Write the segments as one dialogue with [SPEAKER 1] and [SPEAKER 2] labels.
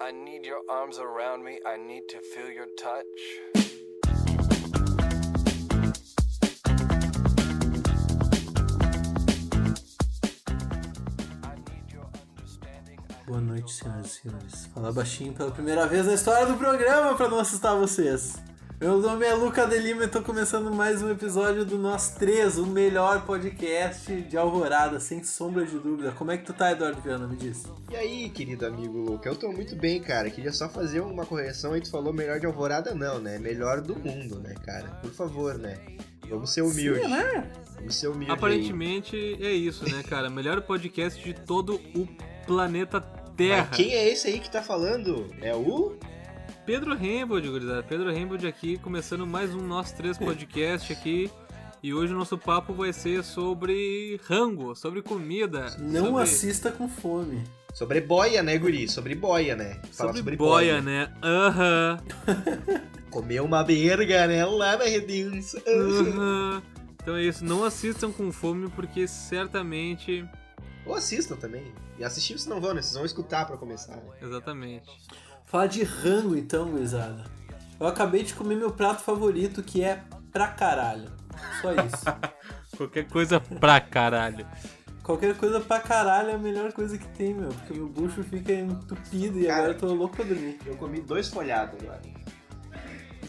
[SPEAKER 1] I need your arms around me. I need to feel your touch. I need your understanding. I
[SPEAKER 2] Boa noite, senhoras e senhores. Falar baixinho pela primeira vez na história do programa pra não assustar vocês. Meu nome é Luca de Lima e tô começando mais um episódio do Nós Três, o melhor podcast de Alvorada, sem sombra de dúvida. Como é que tu tá, Eduardo Viana? Me diz.
[SPEAKER 3] E aí, querido amigo Luca, eu tô muito bem, cara. Queria só fazer uma correção aí, tu falou melhor de Alvorada, não, né? Melhor do mundo, né, cara? Por favor, né? Vamos ser humildes. Vamos ser humildes. aí.
[SPEAKER 4] Aparentemente é isso, né, cara? Melhor podcast de todo o planeta Terra.
[SPEAKER 3] Mas quem é esse aí que tá falando? É o.
[SPEAKER 4] Pedro Rembold, gurizada. Pedro Rembold aqui, começando mais um Nós Três podcast aqui. E hoje o nosso papo vai ser sobre rango, sobre comida.
[SPEAKER 2] Não
[SPEAKER 4] sobre,
[SPEAKER 2] assista com fome.
[SPEAKER 3] Sobre boia, né, Guri? Sobre boia, né? Falar
[SPEAKER 4] Sobre, boia, né? Aham.
[SPEAKER 3] Comer uma berga, né? Lá na Redenção.
[SPEAKER 4] aham. Então é isso. Não assistam com fome, porque certamente.
[SPEAKER 3] Ou assistam também. E assistir vocês não vão, né? Vocês vão escutar pra começar. né?
[SPEAKER 4] Exatamente.
[SPEAKER 2] Falar de rango então, gurizada. Eu acabei de comer meu prato favorito, que é pra caralho. Só isso.
[SPEAKER 4] Qualquer coisa pra caralho.
[SPEAKER 2] Qualquer coisa pra caralho é a melhor coisa que tem, meu. Porque meu bucho fica entupido e
[SPEAKER 3] Cara,
[SPEAKER 2] agora eu tô louco pra dormir.
[SPEAKER 3] Eu comi dois folhados agora.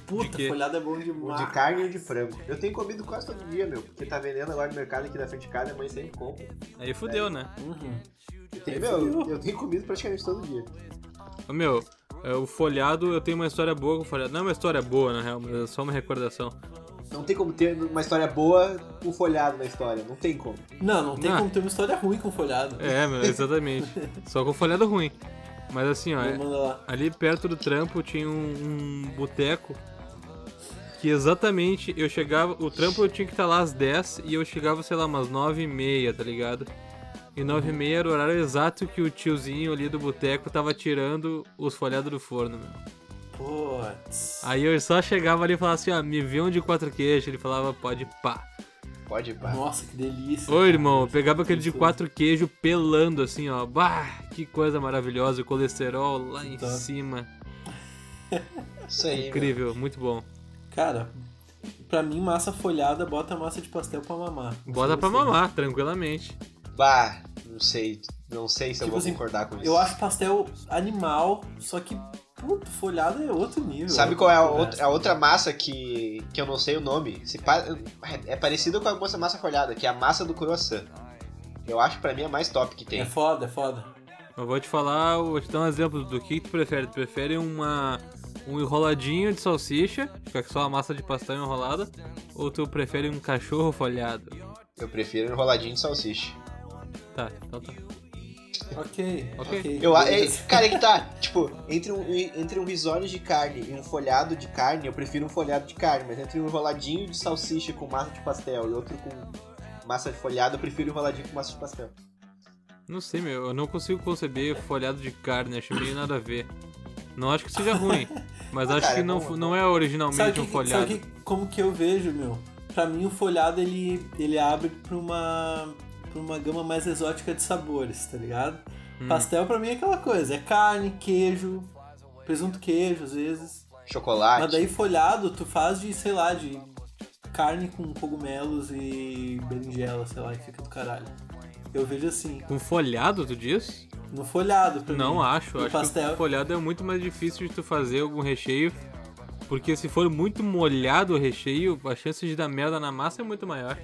[SPEAKER 2] Puta,
[SPEAKER 4] De quê?
[SPEAKER 2] folhada é bom
[SPEAKER 3] Um
[SPEAKER 2] demais.
[SPEAKER 3] de carne e um de frango. Eu tenho comido quase todo dia, meu. Porque tá vendendo agora no mercado aqui na frente de casa, a mãe sempre compra.
[SPEAKER 4] Aí fudeu, né?
[SPEAKER 2] Uhum.
[SPEAKER 3] Eu tenho, meu, eu tenho comido praticamente todo dia.
[SPEAKER 4] Ô, meu, é, o folhado, eu tenho uma história boa com o folhado. Não é uma história boa, na real, mas é só uma recordação.
[SPEAKER 3] Não tem como ter uma história boa com folhado na história. Não tem como.
[SPEAKER 2] Não, não tem
[SPEAKER 4] Ah.
[SPEAKER 2] como ter uma história ruim com folhado.
[SPEAKER 4] É, meu, exatamente. só com folhado ruim. Mas assim, ó,
[SPEAKER 2] Me manda lá.
[SPEAKER 4] ali perto do trampo tinha um, um boteco que exatamente eu chegava. O trampo eu tinha que estar lá às 10 e eu chegava, sei lá, umas 9 e meia, tá ligado? E 9 e meia era o horário exato que o tiozinho ali do boteco tava tirando os folhados do forno, meu.
[SPEAKER 2] Putz.
[SPEAKER 4] Aí eu só chegava ali e falava assim, ó, me vê um de quatro queijos. Ele falava, pode pá.
[SPEAKER 3] Pode ir, pá.
[SPEAKER 2] Nossa, que delícia.
[SPEAKER 4] Ô, irmão, eu pegava aquele de quatro queijos pelando assim, ó. Bah, que coisa maravilhosa. O colesterol lá em
[SPEAKER 2] Tá.
[SPEAKER 4] cima.
[SPEAKER 3] Isso aí, meu.
[SPEAKER 4] Incrível, muito bom.
[SPEAKER 2] Cara, pra mim, massa folhada, bota massa de pastel pra mamar.
[SPEAKER 4] Bota
[SPEAKER 2] Assim,
[SPEAKER 4] pra
[SPEAKER 2] assim.
[SPEAKER 4] mamar, tranquilamente.
[SPEAKER 3] Bah, não sei. Não sei se eu
[SPEAKER 2] Tipo
[SPEAKER 3] vou
[SPEAKER 2] assim,
[SPEAKER 3] concordar com isso.
[SPEAKER 2] Eu acho pastel animal, só que, puto, folhada é outro nível.
[SPEAKER 3] Sabe qual é a
[SPEAKER 2] Né?
[SPEAKER 3] outra, a outra massa que, que eu não sei o nome? Se pa- É parecida com a moça massa folhada, que é a massa do croissant. Eu acho que pra mim é a mais top que tem.
[SPEAKER 2] É foda, é foda.
[SPEAKER 4] Eu vou te falar, eu vou te dar um exemplo do que tu prefere. Tu prefere uma, um enroladinho de salsicha, fica só a massa de pastel enrolada, ou tu prefere um cachorro folhado?
[SPEAKER 3] Eu prefiro enroladinho de salsicha.
[SPEAKER 4] Tá, então tá.
[SPEAKER 2] Ok,
[SPEAKER 4] Ok.
[SPEAKER 2] ok.
[SPEAKER 3] Eu, a- é,
[SPEAKER 2] beleza.
[SPEAKER 3] cara, é que tá. Tipo, entre um, entre um risório de carne e um folhado de carne, eu prefiro um folhado de carne, mas entre um enroladinho de salsicha com massa de pastel e outro com massa de folhado, eu prefiro enroladinho com massa de pastel.
[SPEAKER 4] Não sei, meu, eu não consigo conceber folhado de carne, acho meio nada a ver. Não acho que seja ruim, mas
[SPEAKER 3] Ah,
[SPEAKER 4] acho
[SPEAKER 3] cara,
[SPEAKER 4] que
[SPEAKER 3] é
[SPEAKER 4] não,
[SPEAKER 3] bom,
[SPEAKER 4] fo-
[SPEAKER 3] é
[SPEAKER 4] não é originalmente
[SPEAKER 2] Sabe que,
[SPEAKER 4] um folhado.
[SPEAKER 2] sabe que- como que eu vejo, meu? Pra mim, o folhado, ele, ele abre pra uma, pra uma gama mais exótica de sabores, tá ligado?
[SPEAKER 4] Hum.
[SPEAKER 2] Pastel, pra mim, é aquela coisa. É carne, queijo, presunto queijo, às vezes.
[SPEAKER 3] Chocolate.
[SPEAKER 2] Mas daí, folhado, tu faz de, sei lá, de carne com cogumelos e berinjela, sei lá, e fica do caralho. Eu vejo assim,
[SPEAKER 4] Com Um folhado, tu diz?
[SPEAKER 2] no folhado, pra mim.
[SPEAKER 4] Não acho,
[SPEAKER 2] No
[SPEAKER 4] acho que
[SPEAKER 2] pastel.
[SPEAKER 4] o folhado é muito mais difícil de tu fazer algum recheio, porque se for muito molhado o recheio, a chance de dar merda na massa é muito maior.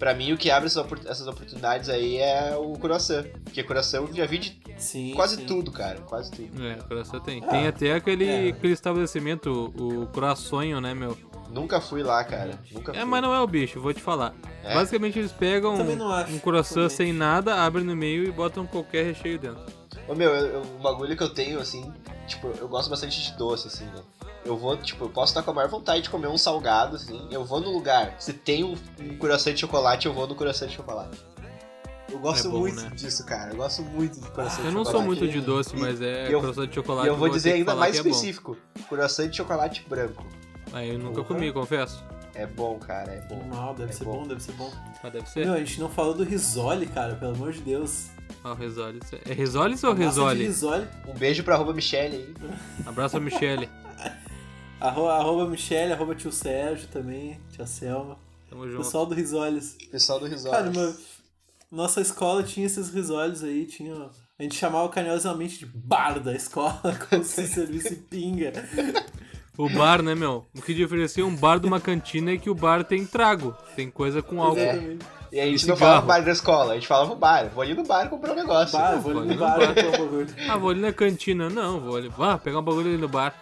[SPEAKER 3] Pra mim, o que abre essas opor- essas oportunidades aí é o croissant. Porque croissant eu já vi de
[SPEAKER 2] Sim,
[SPEAKER 3] quase
[SPEAKER 2] sim.
[SPEAKER 3] tudo, cara. Quase tudo.
[SPEAKER 4] É, coração tem.
[SPEAKER 2] Ah,
[SPEAKER 4] tem até aquele,
[SPEAKER 2] é.
[SPEAKER 4] aquele estabelecimento, o, o croaçonho, né, meu?
[SPEAKER 3] Nunca fui lá, cara. Nunca fui.
[SPEAKER 4] É, mas não é o bicho, vou te falar.
[SPEAKER 3] É?
[SPEAKER 4] Basicamente eles pegam
[SPEAKER 2] Também não acho,
[SPEAKER 4] um croissant
[SPEAKER 2] também.
[SPEAKER 4] sem nada, abrem no meio e botam qualquer recheio dentro.
[SPEAKER 3] Ô, meu, eu- eu- o bagulho que eu tenho, assim, tipo, eu gosto bastante de doce, assim, né? Eu vou, tipo, eu posso estar com a maior vontade de comer um salgado, assim. Eu vou no lugar. Se tem um, um coração de chocolate, eu vou no coração de chocolate. Eu gosto
[SPEAKER 4] É bom,
[SPEAKER 3] muito
[SPEAKER 4] né?
[SPEAKER 3] disso, cara. Eu gosto muito de coração de
[SPEAKER 4] Eu
[SPEAKER 3] chocolate.
[SPEAKER 4] não sou muito de doce,
[SPEAKER 3] E-
[SPEAKER 4] mas é
[SPEAKER 3] e eu-
[SPEAKER 4] croissant de chocolate.
[SPEAKER 3] E eu vou dizer
[SPEAKER 4] ter que
[SPEAKER 3] ainda
[SPEAKER 4] falar
[SPEAKER 3] mais
[SPEAKER 4] que é bom.
[SPEAKER 3] específico: coração de chocolate branco.
[SPEAKER 4] Aí eu nunca
[SPEAKER 2] Porra.
[SPEAKER 4] comi, confesso.
[SPEAKER 3] É bom, cara, é bom.
[SPEAKER 2] Normal, deve
[SPEAKER 3] É
[SPEAKER 2] ser bom,
[SPEAKER 3] bom.
[SPEAKER 2] deve ser bom.
[SPEAKER 4] Mas deve ser.
[SPEAKER 2] Meu, a gente não falou do risole, cara, pelo amor de Deus.
[SPEAKER 4] Ah, o Resolis. É Resolis ou
[SPEAKER 2] Massa de
[SPEAKER 4] Resoli?
[SPEAKER 2] Risole.
[SPEAKER 3] Um beijo pra arroba Michelle aí.
[SPEAKER 4] Abraço a Michele.
[SPEAKER 2] Arro- Arroba Michelle, arroba tio Sérgio também, tia Selma.
[SPEAKER 4] Tamo junto.
[SPEAKER 2] Pessoal do Risoles.
[SPEAKER 3] Pessoal do Risoles.
[SPEAKER 2] Cara, uma- nossa escola tinha esses risoles aí, tinha. A gente chamava carinhosamente de bar da escola, como se servisse pinga.
[SPEAKER 4] O bar, né, meu? O que diferencia um bar de uma cantina é que o bar tem trago. Tem coisa com álcool.
[SPEAKER 3] é.
[SPEAKER 2] Exatamente.
[SPEAKER 3] E a gente
[SPEAKER 4] E
[SPEAKER 3] não
[SPEAKER 4] cigarro.
[SPEAKER 3] falava bar da escola, a gente falava o bar. Vou ali no bar comprar um negócio.
[SPEAKER 2] Bar, vou ali
[SPEAKER 4] pode
[SPEAKER 2] no
[SPEAKER 4] não
[SPEAKER 2] bar
[SPEAKER 4] vai.
[SPEAKER 2] comprar um bagulho.
[SPEAKER 4] Ah, vou ali na cantina. Não, vou ali. Vá, pegar um bagulho ali no bar.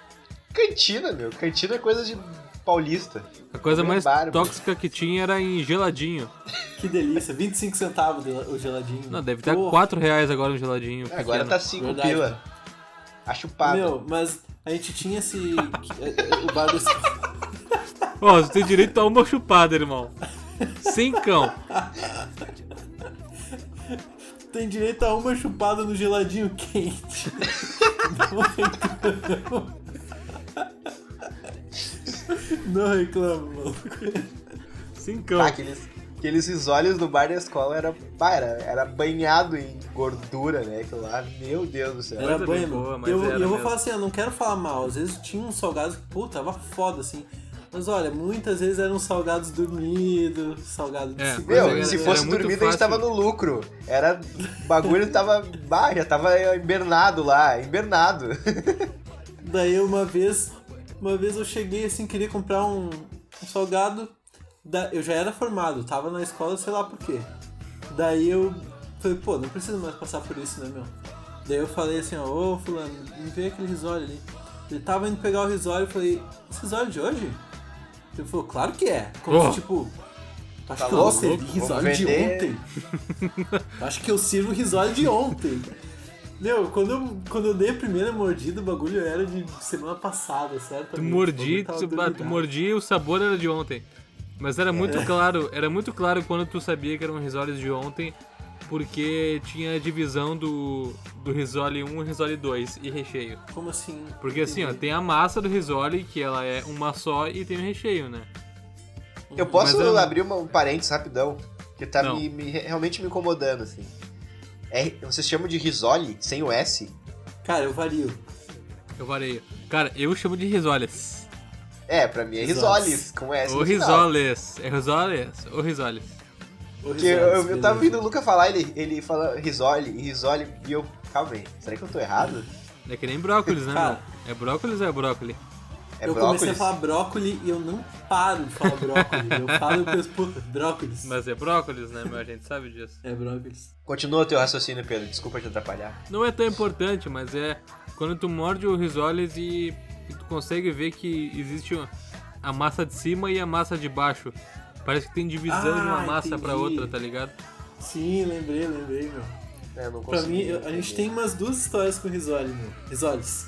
[SPEAKER 3] Cantina, meu. Cantina é coisa de paulista.
[SPEAKER 4] A coisa mais
[SPEAKER 3] Bárbaro.
[SPEAKER 4] tóxica que tinha era em geladinho.
[SPEAKER 2] Que delícia, 25 centavos de- o geladinho.
[SPEAKER 4] Não, deve estar
[SPEAKER 2] Porra.
[SPEAKER 4] 4 reais agora no geladinho.
[SPEAKER 3] É, Agora
[SPEAKER 4] pequeno.
[SPEAKER 3] tá cinco
[SPEAKER 2] Verdade.
[SPEAKER 3] pila. Tá A chupada.
[SPEAKER 2] Meu, mas a gente tinha esse. é, o bar da escola.
[SPEAKER 3] tá
[SPEAKER 4] Ó, você tem direito a uma chupada, irmão. Cincão.
[SPEAKER 2] Tem direito a uma chupada no geladinho quente. Não reclamo. Não reclamo, maluco.
[SPEAKER 4] Cincão.
[SPEAKER 3] Tá, aqueles, aqueles risoles do bar da escola era, pá, era, era banhado em gordura, né? Aquilo lá, meu Deus do céu.
[SPEAKER 2] Era
[SPEAKER 4] Coisa
[SPEAKER 2] banho,
[SPEAKER 4] bem
[SPEAKER 2] mano.
[SPEAKER 4] boa, mas
[SPEAKER 2] E eu,
[SPEAKER 4] era
[SPEAKER 2] e eu vou
[SPEAKER 4] mesmo.
[SPEAKER 2] falar assim, eu não quero falar mal. Às vezes tinha uns salgados que, pô, tava foda, assim. Mas olha, muitas vezes eram salgados dormidos, salgado de
[SPEAKER 4] É,
[SPEAKER 2] segunda.
[SPEAKER 3] Meu,
[SPEAKER 4] Mas era-
[SPEAKER 3] se
[SPEAKER 4] era
[SPEAKER 3] fosse
[SPEAKER 4] muito
[SPEAKER 3] dormido, a gente
[SPEAKER 4] fácil.
[SPEAKER 3] tava no lucro. Era. O bagulho tava. Bah, já tava hibernado lá. Hibernado.
[SPEAKER 2] Daí uma vez, uma vez eu cheguei assim, queria comprar um, um salgado. Da, eu já era formado, tava na escola, sei lá por quê. Daí eu falei, pô, não preciso mais passar por isso, né, meu? Daí eu falei assim, ó, ô fulano, me vê aquele risório ali. Ele tava indo pegar o risório, eu falei, esse risório é de hoje? Ele falou, claro que é. Como
[SPEAKER 4] Oh.
[SPEAKER 2] se, tipo, tu acha
[SPEAKER 3] Tá
[SPEAKER 2] que eu vou
[SPEAKER 3] louco?
[SPEAKER 2] servir
[SPEAKER 3] Vamos
[SPEAKER 2] risório de
[SPEAKER 3] vender.
[SPEAKER 2] ontem? Eu Acho que eu sirvo o risório de ontem. Meu, quando eu, quando eu dei a primeira mordida, o bagulho era de semana passada, certo?
[SPEAKER 4] Tu mordi, tu, bah, tu mordi e o sabor era de ontem. Mas era muito claro, era muito claro quando tu sabia que eram risoles de ontem, porque tinha a divisão do, do risole 1 e risole 2 e recheio.
[SPEAKER 2] Como assim?
[SPEAKER 4] Porque assim, ó, tem a massa do risole, que ela é uma só, e tem o recheio, né?
[SPEAKER 3] Eu posso
[SPEAKER 4] Mas eu-
[SPEAKER 3] abrir uma, um parênteses rapidão? Que tá
[SPEAKER 4] Não.
[SPEAKER 3] me, me- realmente me incomodando, assim. É, vocês chamam de risole sem o S?
[SPEAKER 2] Cara, eu vario.
[SPEAKER 4] Eu vareio. Cara, eu chamo de risoles.
[SPEAKER 3] É, pra mim é
[SPEAKER 2] Risoles.
[SPEAKER 3] risoles, com S.
[SPEAKER 4] Ou
[SPEAKER 3] no final.
[SPEAKER 4] risoles. É risoles ou risoles.
[SPEAKER 2] Ô,
[SPEAKER 3] Porque eu,
[SPEAKER 2] risoles,
[SPEAKER 3] eu- eu tava
[SPEAKER 2] beleza.
[SPEAKER 3] ouvindo o Luca falar, ele, ele fala risole e risole, e eu. Calma aí, será que eu tô errado?
[SPEAKER 4] É que nem brócolis, né,
[SPEAKER 2] Cara.
[SPEAKER 4] meu? É brócolis ou é brócolis?
[SPEAKER 3] É
[SPEAKER 2] eu
[SPEAKER 3] brócolis?
[SPEAKER 2] comecei a falar brócoli e eu não paro de falar brócoli. eu falo e eu penso, puta, brócolis.
[SPEAKER 4] Mas é brócolis, né, meu? A gente sabe disso.
[SPEAKER 2] É brócolis.
[SPEAKER 3] Continua o teu raciocínio, Pedro, desculpa te atrapalhar.
[SPEAKER 4] Não é tão importante, mas é quando tu morde o risoles e, e tu consegue ver que existe a massa de cima e a massa de baixo. Parece que tem divisão de uma
[SPEAKER 2] Ah,
[SPEAKER 4] massa pra
[SPEAKER 2] entendi.
[SPEAKER 4] outra, tá ligado?
[SPEAKER 2] Sim, lembrei, lembrei, meu.
[SPEAKER 3] É, eu não
[SPEAKER 2] Pra
[SPEAKER 3] consegui
[SPEAKER 2] mim, eu- a gente tem
[SPEAKER 3] entender.
[SPEAKER 2] umas duas histórias com risole, meu. Risoles.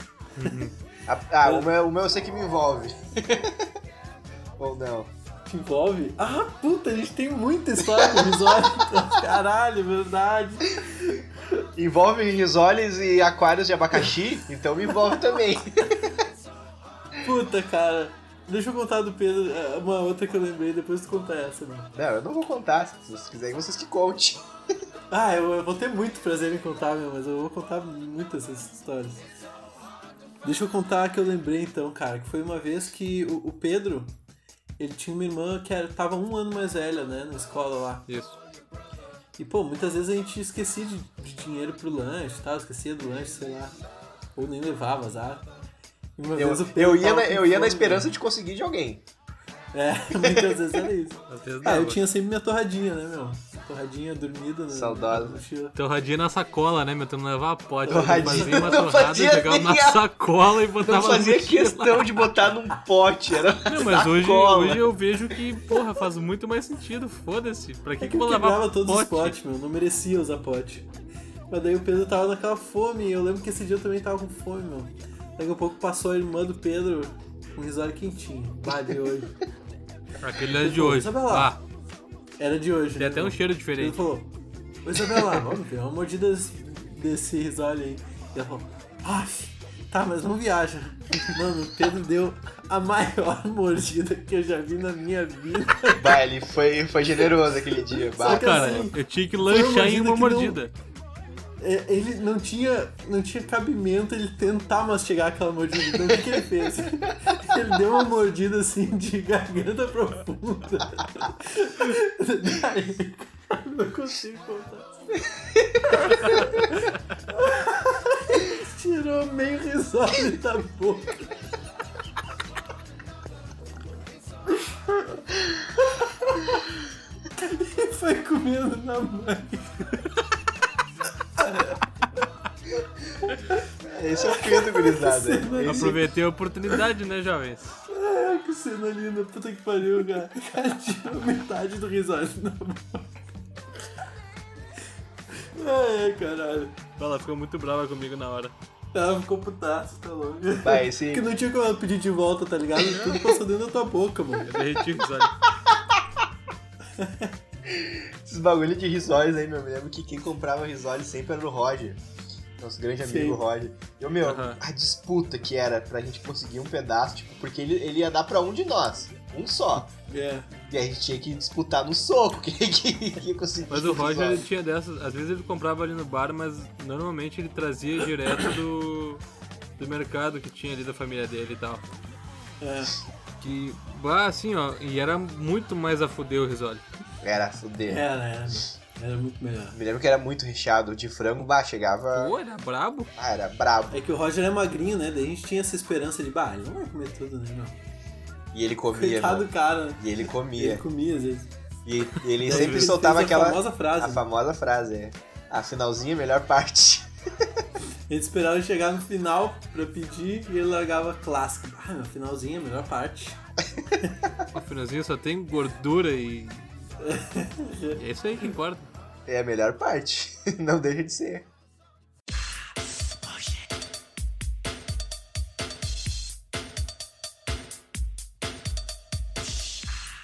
[SPEAKER 3] Ah, ah, o, meu, o meu eu sei que me envolve. Ou não.
[SPEAKER 2] Te envolve? Ah, puta, a gente tem muita história com risole. Caralho, verdade.
[SPEAKER 3] Envolve risoles e aquários de abacaxi, então me envolve também.
[SPEAKER 2] Puta, cara. Deixa eu contar do Pedro é, uma outra que eu lembrei, depois tu conta essa, né?
[SPEAKER 3] Não, eu não vou contar. Se vocês quiserem, vocês que contem.
[SPEAKER 2] Ah, eu, eu vou ter muito prazer em contar, meu, mas eu vou contar muitas dessas histórias. Deixa eu contar a que eu lembrei então, cara, que foi uma vez que o, o Pedro, ele tinha uma irmã que era, tava um ano mais velha, né, na escola lá.
[SPEAKER 4] Isso.
[SPEAKER 2] E, pô, muitas vezes a gente esquecia de, de dinheiro pro lanche e tal, esquecia do lanche, sei lá. Ou nem levava, azar. E uma
[SPEAKER 3] Eu,
[SPEAKER 2] vez o Pedro
[SPEAKER 3] eu ia,
[SPEAKER 2] tava
[SPEAKER 3] na,
[SPEAKER 2] com
[SPEAKER 3] eu ia na
[SPEAKER 2] fome,
[SPEAKER 3] esperança de conseguir de alguém.
[SPEAKER 2] né? É, muitas vezes era isso.
[SPEAKER 4] Às vezes
[SPEAKER 2] Ah, eu
[SPEAKER 4] dava.
[SPEAKER 2] tinha sempre minha torradinha, né, meu? Torradinha dormida. né?
[SPEAKER 3] Saudosa.
[SPEAKER 2] Na mochila.
[SPEAKER 4] Torradinha na sacola, né, meu? Tu não levava a pote, tu
[SPEAKER 3] Torradinha,
[SPEAKER 4] fazia uma
[SPEAKER 3] não
[SPEAKER 4] torrada,
[SPEAKER 3] fazia
[SPEAKER 4] jogava na
[SPEAKER 3] nem a-
[SPEAKER 4] sacola e
[SPEAKER 3] Não
[SPEAKER 4] botava na
[SPEAKER 3] fazia
[SPEAKER 4] mochila.
[SPEAKER 3] questão de botar num pote. Era
[SPEAKER 4] Não, mas hoje,
[SPEAKER 3] sacola.
[SPEAKER 4] hoje eu vejo que, porra, faz muito mais sentido, foda-se. Pra que,
[SPEAKER 2] É
[SPEAKER 4] que
[SPEAKER 2] que
[SPEAKER 4] eu
[SPEAKER 2] eu
[SPEAKER 4] vou lavar
[SPEAKER 2] quebrava todos os
[SPEAKER 4] pote?
[SPEAKER 2] potes, meu. Não merecia usar pote. Mas daí o Pedro tava naquela fome. e Eu lembro que esse dia eu também tava com fome, meu. Daqui a pouco passou a irmã do Pedro com um risório quentinho. Bah, de hoje.
[SPEAKER 4] Aquele é de hoje.
[SPEAKER 2] Isabela.
[SPEAKER 4] Ah,
[SPEAKER 2] Era de hoje,
[SPEAKER 4] tem
[SPEAKER 2] né,
[SPEAKER 4] até
[SPEAKER 2] meu?
[SPEAKER 4] um cheiro
[SPEAKER 2] Ele
[SPEAKER 4] diferente.
[SPEAKER 2] falou, ô Isabela, vamos ver uma mordida desse, desse risole aí. E ela falou, "Aff, tá, mas não viaja. Mano, o Pedro deu a maior mordida que eu já vi na minha vida.
[SPEAKER 3] baile, foi, foi generoso aquele dia.
[SPEAKER 2] Só
[SPEAKER 3] Bah.
[SPEAKER 2] que
[SPEAKER 4] Cara,
[SPEAKER 2] assim,
[SPEAKER 4] eu tinha que
[SPEAKER 2] foi uma
[SPEAKER 4] lanchar em uma
[SPEAKER 2] mordida que não-
[SPEAKER 4] mordida.
[SPEAKER 2] é, ele não tinha, não tinha cabimento ele tentar mastigar aquela mordida. Então o que, que ele fez? Ele deu uma mordida assim de garganta profunda. Daí, cara, não consigo contar. Tirou meio risado da boca. E foi comendo na mãe.
[SPEAKER 3] Esse é o fim do gurizada.
[SPEAKER 2] Cena
[SPEAKER 3] Esse-
[SPEAKER 4] Aproveitei a oportunidade, né, jovens?
[SPEAKER 2] Ah, que cena linda, puta que pariu, cara. Cara, tirou metade do risado na boca. Ai, ai, caralho.
[SPEAKER 4] Ela ficou muito brava comigo na hora.
[SPEAKER 2] Tava ficou putaço, tá louco.
[SPEAKER 3] Vai, esse-
[SPEAKER 2] Que não tinha como ela pedir de volta, tá ligado? Tudo passou dentro da tua boca, mano.
[SPEAKER 4] Eu derreti os olhos.
[SPEAKER 3] Esses bagulho de risóis aí, meu. Eu me lembro que quem comprava risóis sempre era o Roger. Nosso grande
[SPEAKER 2] Sim.
[SPEAKER 3] amigo Roger. Eu, meu,
[SPEAKER 4] Aham.
[SPEAKER 3] a disputa que era pra gente conseguir um pedaço, tipo, porque ele, ele ia dar pra um de nós. Um só.
[SPEAKER 2] É.
[SPEAKER 3] E a gente tinha que disputar no soco quem que, que ia conseguir.
[SPEAKER 4] Mas o
[SPEAKER 3] esse
[SPEAKER 4] Roger
[SPEAKER 3] risói.
[SPEAKER 4] ele tinha dessas. Às vezes ele comprava ali no bar, mas normalmente ele trazia direto do, do mercado que tinha ali da família dele e tal.
[SPEAKER 2] É.
[SPEAKER 4] Que, bah, assim, ó, e era muito mais a fuder o risole.
[SPEAKER 3] Era, fudeu.
[SPEAKER 2] é, Era, era. Era muito melhor.
[SPEAKER 3] Me lembro que era muito recheado. O de frango, bah, chegava.
[SPEAKER 4] Pô, era brabo.
[SPEAKER 3] Ah, era brabo.
[SPEAKER 2] É que o Roger é magrinho, né? Daí a gente tinha essa esperança de, bah, ele não vai comer tudo, né, meu?
[SPEAKER 3] E ele comia.
[SPEAKER 2] Coitado
[SPEAKER 3] mano.
[SPEAKER 2] do cara, né?
[SPEAKER 3] E ele
[SPEAKER 2] Ele
[SPEAKER 3] comia.
[SPEAKER 2] comia às vezes.
[SPEAKER 3] E ele
[SPEAKER 2] Às
[SPEAKER 3] sempre
[SPEAKER 2] vezes
[SPEAKER 3] soltava
[SPEAKER 2] fez a
[SPEAKER 3] aquela.
[SPEAKER 2] famosa frase.
[SPEAKER 3] A
[SPEAKER 2] né?
[SPEAKER 3] famosa frase, é. A finalzinha, é a melhor parte.
[SPEAKER 2] Eles esperavam chegar no final pra pedir e ele largava clássico. Ah, meu finalzinho, a melhor parte.
[SPEAKER 4] O finalzinho só tem gordura e. e é isso aí que importa.
[SPEAKER 3] É a melhor parte. Não deixa de ser.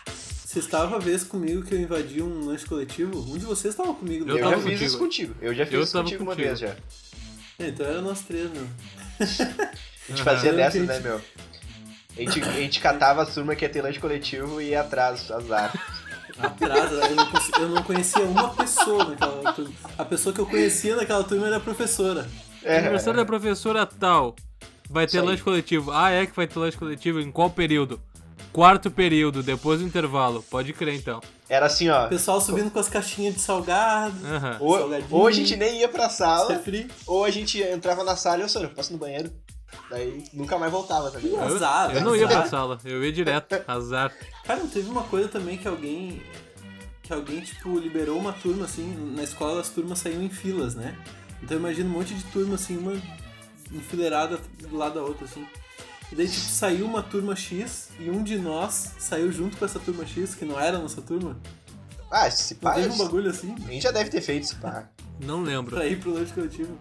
[SPEAKER 2] Você estava a vez comigo que eu invadi um lanche coletivo? Um de vocês estava comigo.
[SPEAKER 4] Eu
[SPEAKER 3] Eu,
[SPEAKER 2] né?
[SPEAKER 3] já
[SPEAKER 4] tava
[SPEAKER 3] fiz
[SPEAKER 4] contigo.
[SPEAKER 3] isso contigo. Eu já fiz
[SPEAKER 4] Eu
[SPEAKER 3] isso
[SPEAKER 4] tava
[SPEAKER 3] contigo, uma
[SPEAKER 4] contigo.
[SPEAKER 3] vez já.
[SPEAKER 2] É, Então era nós três, meu.
[SPEAKER 3] A gente fazia
[SPEAKER 2] Eu
[SPEAKER 3] dessas,
[SPEAKER 2] entendi.
[SPEAKER 3] né, meu? A gente, a gente catava a turma que ia ter lanche coletivo e ia atrás, azar.
[SPEAKER 2] Atrás, eu não, conhe- eu não conhecia uma pessoa naquela turma. A pessoa que eu conhecia naquela turma era a professora.
[SPEAKER 3] É,
[SPEAKER 4] Aniversário da professora tal. Vai ter
[SPEAKER 3] Isso aí.
[SPEAKER 4] lanche coletivo. Ah, é que vai ter lanche coletivo em qual período? Quarto período, depois do intervalo. Pode crer então.
[SPEAKER 3] era assim, ó.
[SPEAKER 2] O pessoal subindo com as caixinhas de salgado. é
[SPEAKER 4] Aham.
[SPEAKER 3] Ou,
[SPEAKER 2] salgadinho.
[SPEAKER 3] ou a gente nem ia pra sala,
[SPEAKER 2] refri.
[SPEAKER 3] ou a gente entrava na sala e eu, senhor, eu passo no banheiro. Daí nunca mais voltava, tá ligado?
[SPEAKER 2] Azar,
[SPEAKER 4] Eu não ia pra
[SPEAKER 2] azar.
[SPEAKER 4] sala, eu ia direto. Azar.
[SPEAKER 2] Cara, não teve uma coisa também que alguém. Que alguém, tipo, liberou uma turma, assim, na escola as turmas saíam em filas, né? Então eu imagino um monte de turma, assim, uma enfileirada do lado da outra, assim. E daí, tipo, saiu uma turma X e um de nós saiu junto com essa turma X, que não era a nossa turma.
[SPEAKER 3] Ah, se
[SPEAKER 2] Não
[SPEAKER 3] pá,
[SPEAKER 2] teve um bagulho assim
[SPEAKER 3] a gente já deve ter feito se pá.
[SPEAKER 4] Não lembro.
[SPEAKER 2] pra ir pro lanche coletivo.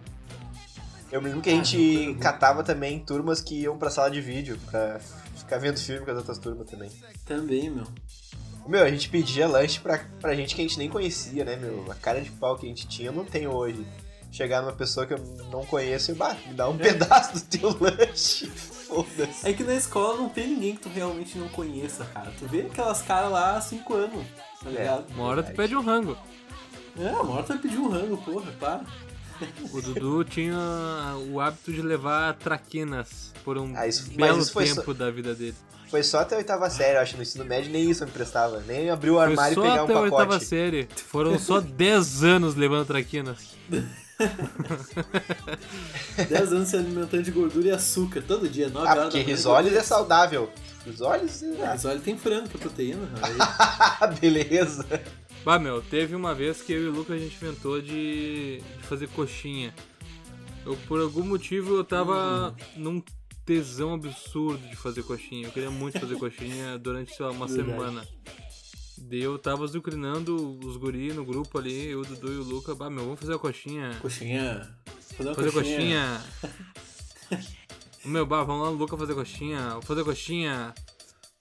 [SPEAKER 3] Eu me lembro que a gente catava também turmas que iam pra sala de vídeo, pra ficar vendo filme com as outras turmas também.
[SPEAKER 2] Também, meu.
[SPEAKER 3] Meu, a gente pedia lanche pra, pra gente que a gente nem conhecia, né, meu? A cara de pau que a gente tinha eu não tem hoje. Chegar numa pessoa que eu não conheço e bah, me dá um
[SPEAKER 4] É.
[SPEAKER 3] pedaço do teu lanche. Foda-se.
[SPEAKER 2] É que na escola não tem ninguém que tu realmente não conheça, cara. Tu vê aquelas caras lá há cinco anos, tá ligado?
[SPEAKER 4] Uma hora tu pede um rango.
[SPEAKER 2] É, a morta vai pedir um rango, porra, para.
[SPEAKER 4] O Dudu tinha o hábito de levar traquinas por um
[SPEAKER 3] Ah, isso- mas
[SPEAKER 4] belo
[SPEAKER 3] isso foi
[SPEAKER 4] tempo da vida dele.
[SPEAKER 3] Foi só até a oitava série, eu acho. No ensino médio nem isso eu me prestava. Nem abrir o
[SPEAKER 4] Foi
[SPEAKER 3] armário e
[SPEAKER 4] só
[SPEAKER 3] pegar um
[SPEAKER 4] até a oitava
[SPEAKER 3] pacote.
[SPEAKER 4] série. Foram só 10 anos levando traquinas.
[SPEAKER 2] Dez anos se alimentando de gordura e açúcar, todo dia, 9
[SPEAKER 3] Ah,
[SPEAKER 2] horas
[SPEAKER 3] porque
[SPEAKER 2] da manhã.
[SPEAKER 3] risoles é saudável. Risoles?
[SPEAKER 2] Ah,
[SPEAKER 3] é-
[SPEAKER 2] Risole tem frango, que é proteína. aí-
[SPEAKER 3] Ah, beleza.
[SPEAKER 4] Bah, meu, teve uma vez que eu e o Lucas a gente inventou de, de fazer coxinha. Eu, por algum motivo, eu tava num tesão absurdo de fazer coxinha. Eu queria muito fazer coxinha durante, sei lá, uma
[SPEAKER 2] Verdade.
[SPEAKER 4] semana. Daí eu tava zucrinando os guri no grupo ali, eu, o Dudu e o Luca. Bah, meu, vamos fazer a coxinha.
[SPEAKER 2] coxinha. Fazer uma
[SPEAKER 4] Fazer
[SPEAKER 2] coxinha.
[SPEAKER 4] coxinha. Meu, bah, vamos lá no Luca fazer coxinha. Fazer coxinha.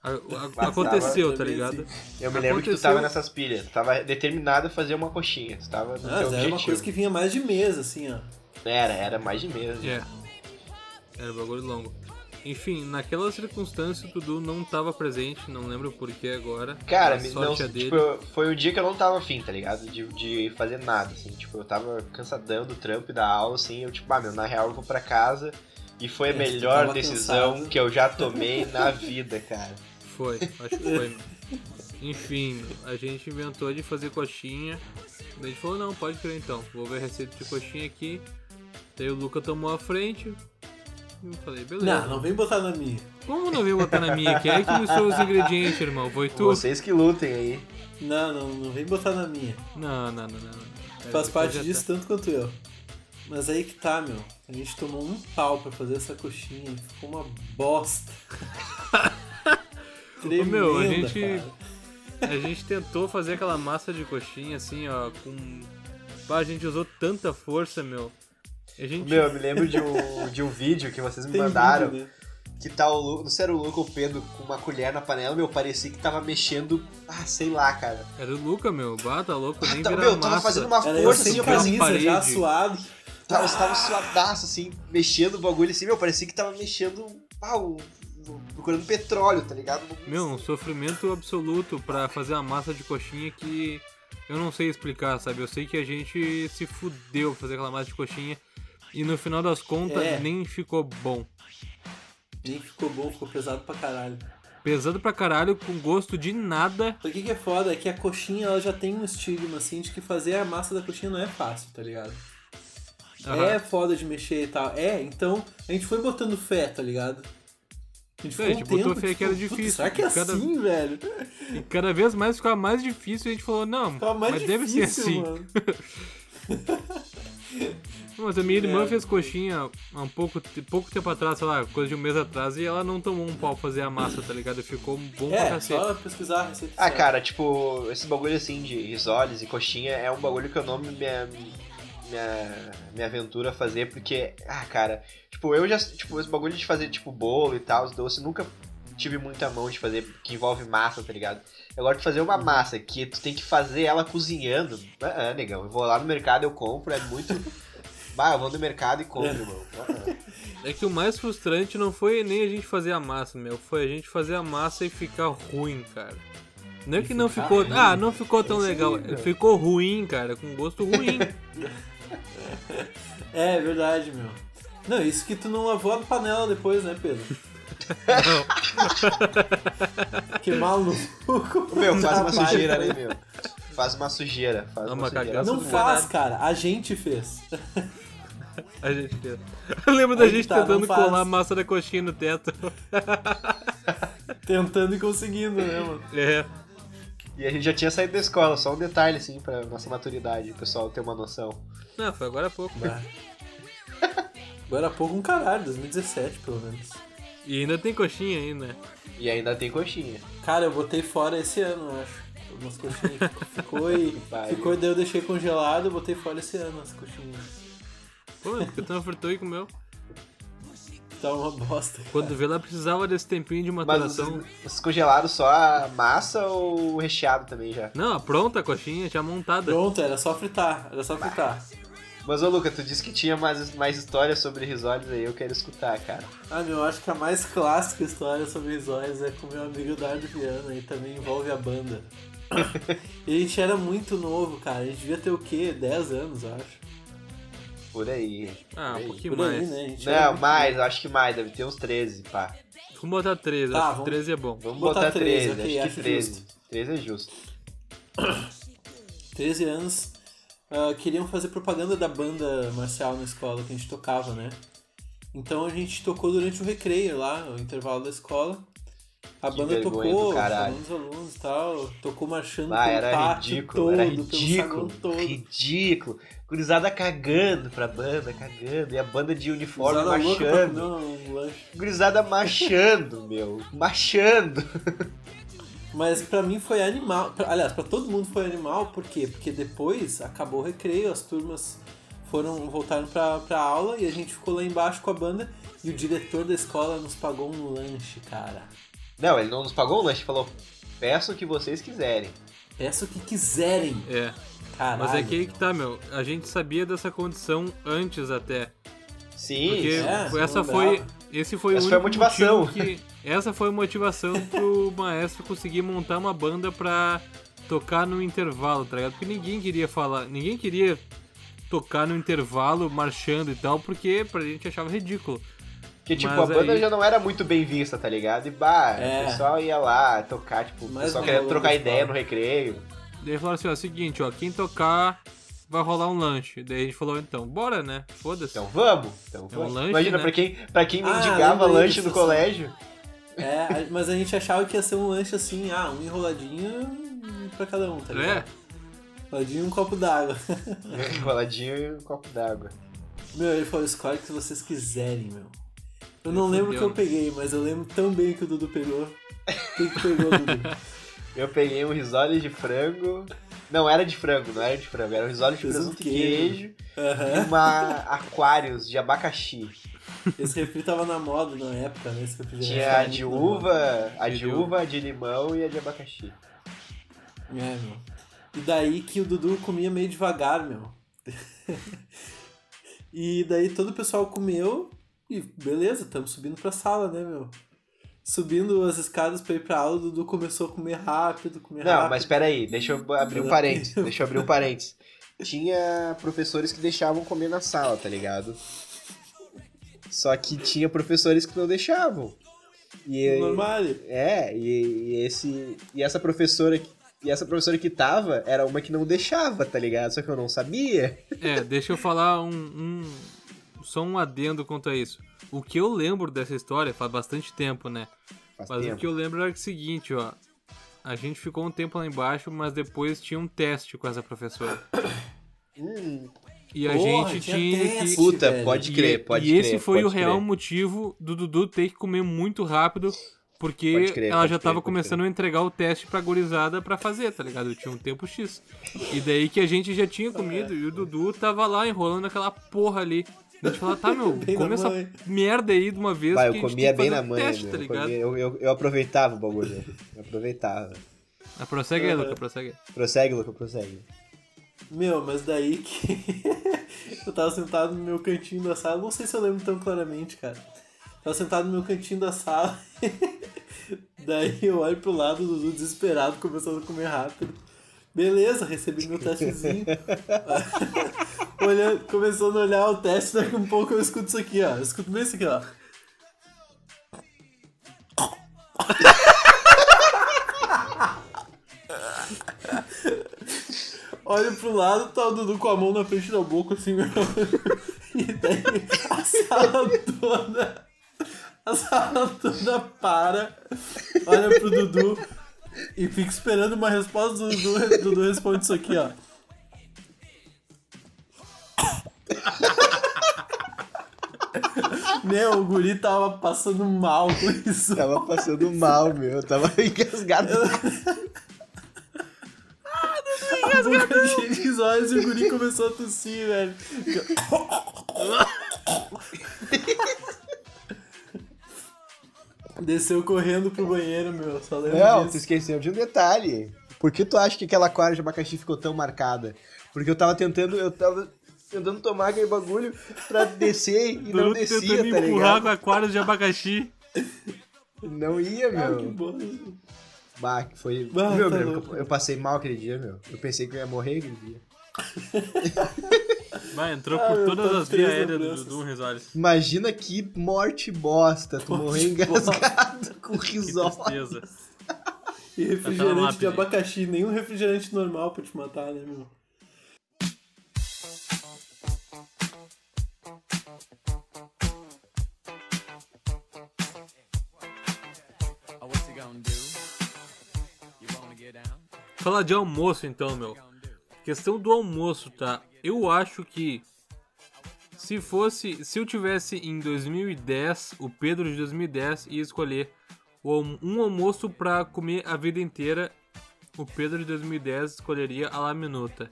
[SPEAKER 4] A- a-
[SPEAKER 3] Passava
[SPEAKER 4] aconteceu, tá
[SPEAKER 2] também,
[SPEAKER 4] ligado?
[SPEAKER 3] Eu me lembro que tu
[SPEAKER 4] Aconteceu.
[SPEAKER 3] tava nessas pilhas. Tu tava determinado a fazer uma coxinha. Tu tava
[SPEAKER 2] Ah,
[SPEAKER 3] no teu
[SPEAKER 2] mas era uma
[SPEAKER 3] objetivo.
[SPEAKER 2] coisa que vinha mais de mesa, assim, ó.
[SPEAKER 3] Era, era mais de meses.
[SPEAKER 4] É. Era um É. bagulho longo. Enfim, naquela circunstância o Dudu não tava presente, não lembro porquê agora.
[SPEAKER 3] Cara,
[SPEAKER 4] A
[SPEAKER 3] me- não,
[SPEAKER 4] sorte é
[SPEAKER 3] tipo, eu- foi o dia que eu não tava afim, tá ligado? De, de fazer nada, assim. Tipo, eu tava cansadão do trampo e da aula, assim. Eu, tipo, ah, meu, na real eu vou pra casa. E foi a
[SPEAKER 2] É, tu
[SPEAKER 3] melhor
[SPEAKER 2] tava
[SPEAKER 3] decisão
[SPEAKER 2] cansado.
[SPEAKER 3] que eu já tomei na vida, cara.
[SPEAKER 4] Foi, acho que foi. meu. Enfim, a gente inventou de fazer coxinha. Daí a gente falou, não, pode crer então. Vou ver a receita de coxinha aqui. Daí o Luca tomou a frente. Eu falei, beleza.
[SPEAKER 2] Não, não vem botar na minha.
[SPEAKER 4] Como não veio botar na minha? Quem é que misturou os ingredientes, irmão? Foi tu?
[SPEAKER 3] Vocês que lutem aí.
[SPEAKER 2] Não, não, não vem botar na minha.
[SPEAKER 4] Não, não, não, não. não.
[SPEAKER 2] Tu faz
[SPEAKER 4] Aí
[SPEAKER 2] parte
[SPEAKER 4] É, já tá.
[SPEAKER 2] disso tanto quanto eu. Mas aí que tá, meu. A gente tomou um pau pra fazer essa coxinha. e Ficou uma bosta.
[SPEAKER 4] Ô,
[SPEAKER 2] Tremenda,
[SPEAKER 4] meu, a gente-
[SPEAKER 2] cara.
[SPEAKER 4] A gente tentou fazer aquela massa de coxinha assim, ó, com. Pá, a gente usou tanta força, meu. A gente.
[SPEAKER 3] Meu, eu me lembro de um, de um vídeo que vocês me
[SPEAKER 2] Tem
[SPEAKER 3] mandaram.
[SPEAKER 2] vídeo, né?
[SPEAKER 3] Que tá o Lu, não sei, era o Luca ou o Pedro com uma colher na panela, meu, parecia que tava mexendo, ah, sei lá, cara.
[SPEAKER 4] Era o É Luca, meu. Bah, tá louco, nem
[SPEAKER 3] Tá-
[SPEAKER 4] vira
[SPEAKER 3] meu,
[SPEAKER 4] massa.
[SPEAKER 3] tava fazendo uma
[SPEAKER 2] Era eu
[SPEAKER 3] força assim,
[SPEAKER 2] é sem
[SPEAKER 3] eu parecia
[SPEAKER 4] que
[SPEAKER 2] camisa, já
[SPEAKER 4] parede.
[SPEAKER 2] suado.
[SPEAKER 3] que tava, você tava suadaço, assim, mexendo o bagulho assim, meu, parecia que tava mexendo, ah, o- o- procurando petróleo, tá ligado?
[SPEAKER 4] Meu, um sofrimento absoluto pra fazer a massa de coxinha que eu não sei explicar, sabe? Eu sei que a gente se fudeu pra fazer aquela massa de coxinha e no final das contas
[SPEAKER 2] É.
[SPEAKER 4] nem ficou bom.
[SPEAKER 2] Nem ficou bom, ficou pesado pra caralho.
[SPEAKER 4] Pesado pra caralho, com gosto de nada.
[SPEAKER 2] O que que é foda é que a coxinha ela já tem um estigma assim de que fazer a massa da coxinha não é fácil, tá ligado?
[SPEAKER 4] Aham.
[SPEAKER 2] É foda de mexer e tal. É, então a gente foi botando fé, tá ligado? A gente um
[SPEAKER 4] É,
[SPEAKER 2] foi
[SPEAKER 4] a gente botou fé que era difícil,
[SPEAKER 2] Será que é
[SPEAKER 4] cada-
[SPEAKER 2] assim, velho?
[SPEAKER 4] E cada vez mais ficava mais difícil e a gente falou, não,
[SPEAKER 2] Tá mais
[SPEAKER 4] mas
[SPEAKER 2] difícil,
[SPEAKER 4] deve ser assim.
[SPEAKER 2] mano.
[SPEAKER 4] Mas a minha irmã
[SPEAKER 2] É,
[SPEAKER 4] fez coxinha há um pouco, te- pouco tempo atrás, sei lá, coisa de um mês atrás, e ela não tomou um pau pra fazer a massa, tá ligado? Ficou bom pra
[SPEAKER 2] É,
[SPEAKER 4] cacete.
[SPEAKER 2] só pesquisar a receita.
[SPEAKER 3] Ah,
[SPEAKER 2] certa.
[SPEAKER 3] cara, tipo, esse bagulho assim de risoles e coxinha é um bagulho que eu não me, minha, minha, minha aventura a fazer, porque, ah, cara, tipo, eu já, tipo, esse bagulho de fazer, tipo, bolo e tal, os doces, nunca tive muita mão de fazer, que envolve massa, tá ligado? Agora, de fazer uma massa que tu tem que fazer ela cozinhando, ah, ah, negão, eu vou lá no mercado, eu compro, é muito... Bah, eu vou no mercado e compro, irmão. Ah, ah.
[SPEAKER 4] É que o mais frustrante não foi nem a gente fazer a massa, meu. Foi a gente fazer a massa e ficar ruim, cara. Não é que não
[SPEAKER 2] ficar
[SPEAKER 4] ficou.
[SPEAKER 2] ruim.
[SPEAKER 4] Ah, não ficou tão
[SPEAKER 3] É isso aí,
[SPEAKER 4] legal.
[SPEAKER 3] meu.
[SPEAKER 4] Ficou ruim, cara. Com gosto ruim.
[SPEAKER 2] É, verdade, meu. Não, isso que tu não lavou a panela depois, né, Pedro?
[SPEAKER 4] não.
[SPEAKER 2] Que maluco.
[SPEAKER 3] Meu, faz uma
[SPEAKER 2] Trabalho.
[SPEAKER 3] sujeira, né, meu? Faz uma sujeira, faz
[SPEAKER 4] Dá
[SPEAKER 3] uma
[SPEAKER 4] uma
[SPEAKER 3] sujeira.
[SPEAKER 4] cagada.
[SPEAKER 2] Não faz, cara. A gente fez.
[SPEAKER 4] A gente fez. Eu lembro da
[SPEAKER 2] Aí
[SPEAKER 4] gente
[SPEAKER 2] tá, não
[SPEAKER 4] tentando
[SPEAKER 2] faz.
[SPEAKER 4] colar a massa da coxinha no teto.
[SPEAKER 2] Tentando e conseguindo, né, mano?
[SPEAKER 4] É.
[SPEAKER 3] E a gente já tinha saído da escola, só um detalhe, assim, pra nossa maturidade, o pessoal ter uma noção.
[SPEAKER 4] Não, foi agora há pouco.
[SPEAKER 2] Bah. Agora há pouco um caralho, 2017 pelo menos.
[SPEAKER 4] E ainda tem coxinha ainda. né?
[SPEAKER 3] E ainda tem coxinha.
[SPEAKER 2] Cara, eu botei fora esse ano, eu acho. Algumas coxinhas que ficou e.
[SPEAKER 3] pariu.
[SPEAKER 2] ficou e daí eu deixei congelado, eu botei fora esse ano as coxinhas.
[SPEAKER 4] Pô, meu, porque tu não fritou e comeu.
[SPEAKER 2] Tá uma bosta. cara.
[SPEAKER 4] Quando vê, ela precisava desse tempinho de
[SPEAKER 3] Mas
[SPEAKER 4] maturação.
[SPEAKER 3] vocês, vocês congelaram só a massa ou o recheado também já?
[SPEAKER 4] Não, a pronta a coxinha já montada.
[SPEAKER 2] Pronto, era só fritar, era só fritar.
[SPEAKER 3] Mas ô Luca, tu disse que tinha mais, mais histórias sobre risoles aí, eu quero escutar, cara.
[SPEAKER 2] Ah, meu, eu acho que a mais clássica história sobre Zóias é com meu amigo Dardo Viana e também envolve a banda. e a gente era muito novo, cara. A gente devia ter o quê? 10 anos, eu acho.
[SPEAKER 3] Por aí.
[SPEAKER 4] Ah,
[SPEAKER 3] por
[SPEAKER 4] um
[SPEAKER 3] aí.
[SPEAKER 4] pouquinho
[SPEAKER 2] Por aí,
[SPEAKER 4] mais.
[SPEAKER 2] né? A gente era
[SPEAKER 3] Não,
[SPEAKER 2] muito
[SPEAKER 3] mais, eu acho que mais, deve ter uns 13, pá.
[SPEAKER 4] Vamos botar 13.
[SPEAKER 2] Tá,
[SPEAKER 4] acho
[SPEAKER 2] vamos-
[SPEAKER 4] que 13 é bom.
[SPEAKER 3] Vamos
[SPEAKER 2] Botar
[SPEAKER 3] botar, 13,
[SPEAKER 2] 13, ok,
[SPEAKER 3] acho
[SPEAKER 2] acho
[SPEAKER 3] que 13.
[SPEAKER 2] justo.
[SPEAKER 3] 13 é justo.
[SPEAKER 2] 13 anos, ah, queriam fazer propaganda da banda marcial na escola que a gente tocava, né? Então a gente tocou durante o recreio lá, o intervalo da escola. A
[SPEAKER 3] Que
[SPEAKER 2] banda
[SPEAKER 3] vergonha
[SPEAKER 2] tocou,
[SPEAKER 3] do caralho.
[SPEAKER 2] chamando os alunos e tal, tocou marchando
[SPEAKER 3] Ah,
[SPEAKER 2] pelo
[SPEAKER 3] era
[SPEAKER 2] pátio
[SPEAKER 3] ridículo,
[SPEAKER 2] todo,
[SPEAKER 3] era
[SPEAKER 2] pelo
[SPEAKER 3] ridículo,
[SPEAKER 2] salão todo.
[SPEAKER 3] ridículo. Gurizada cagando pra banda, cagando. E a banda de uniforme
[SPEAKER 2] Gurizada louca pra
[SPEAKER 3] marchando.
[SPEAKER 2] comer um lanche.
[SPEAKER 3] Gurizada machando, meu. Machando.
[SPEAKER 2] Mas pra mim foi animal. pra- aliás, pra todo mundo foi animal, por quê? Porque depois acabou o recreio, as turmas foram voltaram pra, pra aula e a gente ficou lá embaixo com a banda e o diretor da escola nos pagou um lanche, cara.
[SPEAKER 3] Não, ele não nos pagou o lanche, falou: peço o que vocês quiserem.
[SPEAKER 2] Peça o que quiserem,
[SPEAKER 4] É.
[SPEAKER 2] caralho.
[SPEAKER 4] Mas é que aí que tá, meu. A gente sabia dessa condição antes até.
[SPEAKER 3] Sim,
[SPEAKER 4] Porque
[SPEAKER 3] sim.
[SPEAKER 2] é,
[SPEAKER 4] foi- essa
[SPEAKER 2] não
[SPEAKER 4] foi.
[SPEAKER 2] dava.
[SPEAKER 4] Esse foi
[SPEAKER 3] Essa
[SPEAKER 4] o
[SPEAKER 3] foi a
[SPEAKER 4] único
[SPEAKER 3] motivação.
[SPEAKER 4] motivo Que, essa foi a motivação pro maestro conseguir montar uma banda pra tocar no intervalo, tá ligado? Porque ninguém queria falar. Ninguém queria tocar no intervalo, marchando e tal, porque pra gente achava ridículo.
[SPEAKER 3] Porque, tipo,
[SPEAKER 4] Mas
[SPEAKER 3] a banda
[SPEAKER 4] aí-
[SPEAKER 3] já não era muito bem vista, tá ligado? E, bah,
[SPEAKER 2] É.
[SPEAKER 3] o pessoal ia lá tocar, tipo, o
[SPEAKER 2] Mas
[SPEAKER 3] pessoal
[SPEAKER 2] não,
[SPEAKER 3] querendo trocar
[SPEAKER 2] não.
[SPEAKER 3] ideia no recreio.
[SPEAKER 4] Daí falaram assim, ó, seguinte, ó, quem tocar vai rolar um lanche. Daí a gente falou, então, bora, né? Foda-se.
[SPEAKER 3] Então vamos, então vamos.
[SPEAKER 4] lanche,
[SPEAKER 3] Imagina,
[SPEAKER 4] né?
[SPEAKER 3] pra quem, pra quem
[SPEAKER 2] Ah,
[SPEAKER 3] mendigava
[SPEAKER 2] lembrei
[SPEAKER 3] lanche
[SPEAKER 2] disso,
[SPEAKER 3] no
[SPEAKER 2] sim.
[SPEAKER 3] colégio,
[SPEAKER 2] É, a- mas a gente achava que ia ser um lanche assim, ah, um enroladinho pra cada um, tá
[SPEAKER 4] é,
[SPEAKER 2] ligado? Enroladinho e um copo d'água.
[SPEAKER 3] coladinho e um copo d'água.
[SPEAKER 2] Meu, ele falou, escolhe o que vocês quiserem, meu. Eu não lembro o que
[SPEAKER 4] fudeu,
[SPEAKER 2] eu peguei, mas eu lembro tão bem que o Dudu pegou. Quem que pegou, Dudu?
[SPEAKER 3] Eu peguei um risole de frango. Não, era de frango, não era de frango, era um risole de
[SPEAKER 2] Presunto
[SPEAKER 3] presunto e
[SPEAKER 2] queijo.
[SPEAKER 3] queijo e
[SPEAKER 2] Aham.
[SPEAKER 3] uma Aquarius de abacaxi.
[SPEAKER 2] Esse refri tava na moda na época, né? Esse refrigerante.
[SPEAKER 3] Tinha
[SPEAKER 2] tava
[SPEAKER 3] a de
[SPEAKER 2] muito na moda.
[SPEAKER 3] uva, a
[SPEAKER 4] De
[SPEAKER 3] de
[SPEAKER 4] uva.
[SPEAKER 3] uva, a de limão e a de abacaxi.
[SPEAKER 2] É, meu. E daí que o Dudu comia meio devagar, meu. e daí todo o pessoal comeu e beleza, estamos subindo pra sala, né, meu? Subindo as escadas pra ir pra aula, o Dudu começou a comer rápido, comer
[SPEAKER 3] Não,
[SPEAKER 2] rápido.
[SPEAKER 3] mas peraí, deixa eu abrir um parênteses. Deixa eu abrir um parênteses. Tinha professores que deixavam comer na sala, tá ligado? Só que tinha professores que não deixavam. E,
[SPEAKER 2] Normal.
[SPEAKER 3] é, e, e esse e essa professora que- e essa professora que tava era uma que não deixava, tá ligado? Só que eu não sabia.
[SPEAKER 4] é, deixa eu falar um, um- Só um adendo quanto a isso. O que eu lembro dessa história, faz bastante tempo, né?
[SPEAKER 3] Faz
[SPEAKER 4] Mas o
[SPEAKER 3] tempo.
[SPEAKER 4] que eu lembro era o seguinte, ó. A gente ficou um tempo lá embaixo, mas depois tinha um teste com essa professora.
[SPEAKER 3] Hum,
[SPEAKER 4] E a
[SPEAKER 2] Porra,
[SPEAKER 4] gente
[SPEAKER 2] tinha
[SPEAKER 4] tinha que.
[SPEAKER 2] teste.
[SPEAKER 3] puta,
[SPEAKER 2] velho.
[SPEAKER 3] pode
[SPEAKER 4] E-
[SPEAKER 3] crer, pode
[SPEAKER 4] E
[SPEAKER 3] crer.
[SPEAKER 4] esse foi
[SPEAKER 3] pode
[SPEAKER 4] o real
[SPEAKER 3] crer.
[SPEAKER 4] motivo do Dudu ter que comer muito rápido, porque
[SPEAKER 3] Pode crer,
[SPEAKER 4] ela
[SPEAKER 3] pode
[SPEAKER 4] já
[SPEAKER 3] crer,
[SPEAKER 4] tava
[SPEAKER 3] pode
[SPEAKER 4] começando a entregar o teste pra gurizada pra fazer, tá ligado? Eu tinha um tempo X. E daí que a gente já tinha comido e o Dudu tava lá enrolando aquela porra ali. A gente falava, tá, meu,
[SPEAKER 2] Bem na
[SPEAKER 4] come essa
[SPEAKER 2] mãe.
[SPEAKER 4] merda aí de uma vez.
[SPEAKER 3] Bah,
[SPEAKER 4] que
[SPEAKER 3] eu
[SPEAKER 4] a gente
[SPEAKER 3] comia
[SPEAKER 4] tem que
[SPEAKER 3] bem
[SPEAKER 4] fazer
[SPEAKER 3] na
[SPEAKER 4] um
[SPEAKER 3] manhã,
[SPEAKER 4] teste,
[SPEAKER 3] meu,
[SPEAKER 4] tá
[SPEAKER 3] eu,
[SPEAKER 4] ligulho.
[SPEAKER 3] comia- eu, eu- eu aproveitava o bagulho. né? Eu aproveitava.
[SPEAKER 4] Ah, prossegue aí, Luca, prossegue.
[SPEAKER 3] Prossegue, Luca, prossegue.
[SPEAKER 2] Meu, mas daí que eu tava sentado no meu cantinho da sala, não sei se eu lembro tão claramente, cara. Tava sentado no meu cantinho da sala, daí eu olho pro lado, o Dudu desesperado, começando a comer rápido. Beleza, recebi meu testezinho. Olhando, começando a olhar o teste, daqui um pouco eu escuto isso aqui, ó. Eu escuto bem isso aqui, ó. Olho pro lado, tá o Dudu com a mão na frente da boca, assim, meu. E daí a sala toda. A sala toda para, olha pro Dudu e fica esperando uma resposta do Dudu. O Dudu responde isso aqui, ó. Meu, o guri tava passando mal com isso.
[SPEAKER 3] Tava passando mal, meu. Tava engasgado.
[SPEAKER 2] boca cheia de olhos e o guri começou a tossir, velho. Desceu correndo pro banheiro, meu. Só lembro
[SPEAKER 3] Não, tu
[SPEAKER 2] disso.
[SPEAKER 3] esqueceu de um detalhe. Por que tu acha que aquela aquário de abacaxi ficou tão marcada? Porque eu tava tentando, eu tava tentando tomar aquele bagulho pra descer e não
[SPEAKER 4] Dudu
[SPEAKER 3] descia,
[SPEAKER 4] tentando
[SPEAKER 3] tá
[SPEAKER 4] empurrar
[SPEAKER 3] ligado?
[SPEAKER 4] com aquários de abacaxi.
[SPEAKER 3] Não ia,
[SPEAKER 2] Ah, que
[SPEAKER 3] meu.
[SPEAKER 2] boa.
[SPEAKER 3] Bah, que foi.
[SPEAKER 2] Bah,
[SPEAKER 3] meu,
[SPEAKER 2] tá
[SPEAKER 3] meu,
[SPEAKER 2] louco.
[SPEAKER 3] eu passei mal aquele dia, meu. Eu pensei que eu ia morrer aquele dia.
[SPEAKER 4] Vai, entrou
[SPEAKER 2] Ah,
[SPEAKER 4] por
[SPEAKER 2] eu tô
[SPEAKER 4] todas as vias
[SPEAKER 2] três
[SPEAKER 4] aéreas do
[SPEAKER 2] lembranças.
[SPEAKER 4] Dudu um Resoles.
[SPEAKER 3] Imagina que morte bosta, tu morrer engasgado com
[SPEAKER 4] Que
[SPEAKER 3] risol.
[SPEAKER 4] tristeza.
[SPEAKER 2] E
[SPEAKER 4] Tá na
[SPEAKER 2] refrigerante
[SPEAKER 4] lápide.
[SPEAKER 2] de abacaxi. Nenhum refrigerante normal pra te matar, né, meu?
[SPEAKER 5] Oh, what's it gonna do? You wanna get down?
[SPEAKER 4] Falar de almoço então, meu. Questão do almoço, tá? Eu acho que se fosse, se eu tivesse em 2010, o Pedro de 2010 ia escolher o alm- um almoço pra comer a vida inteira, o Pedro de 2010 escolheria a laminuta,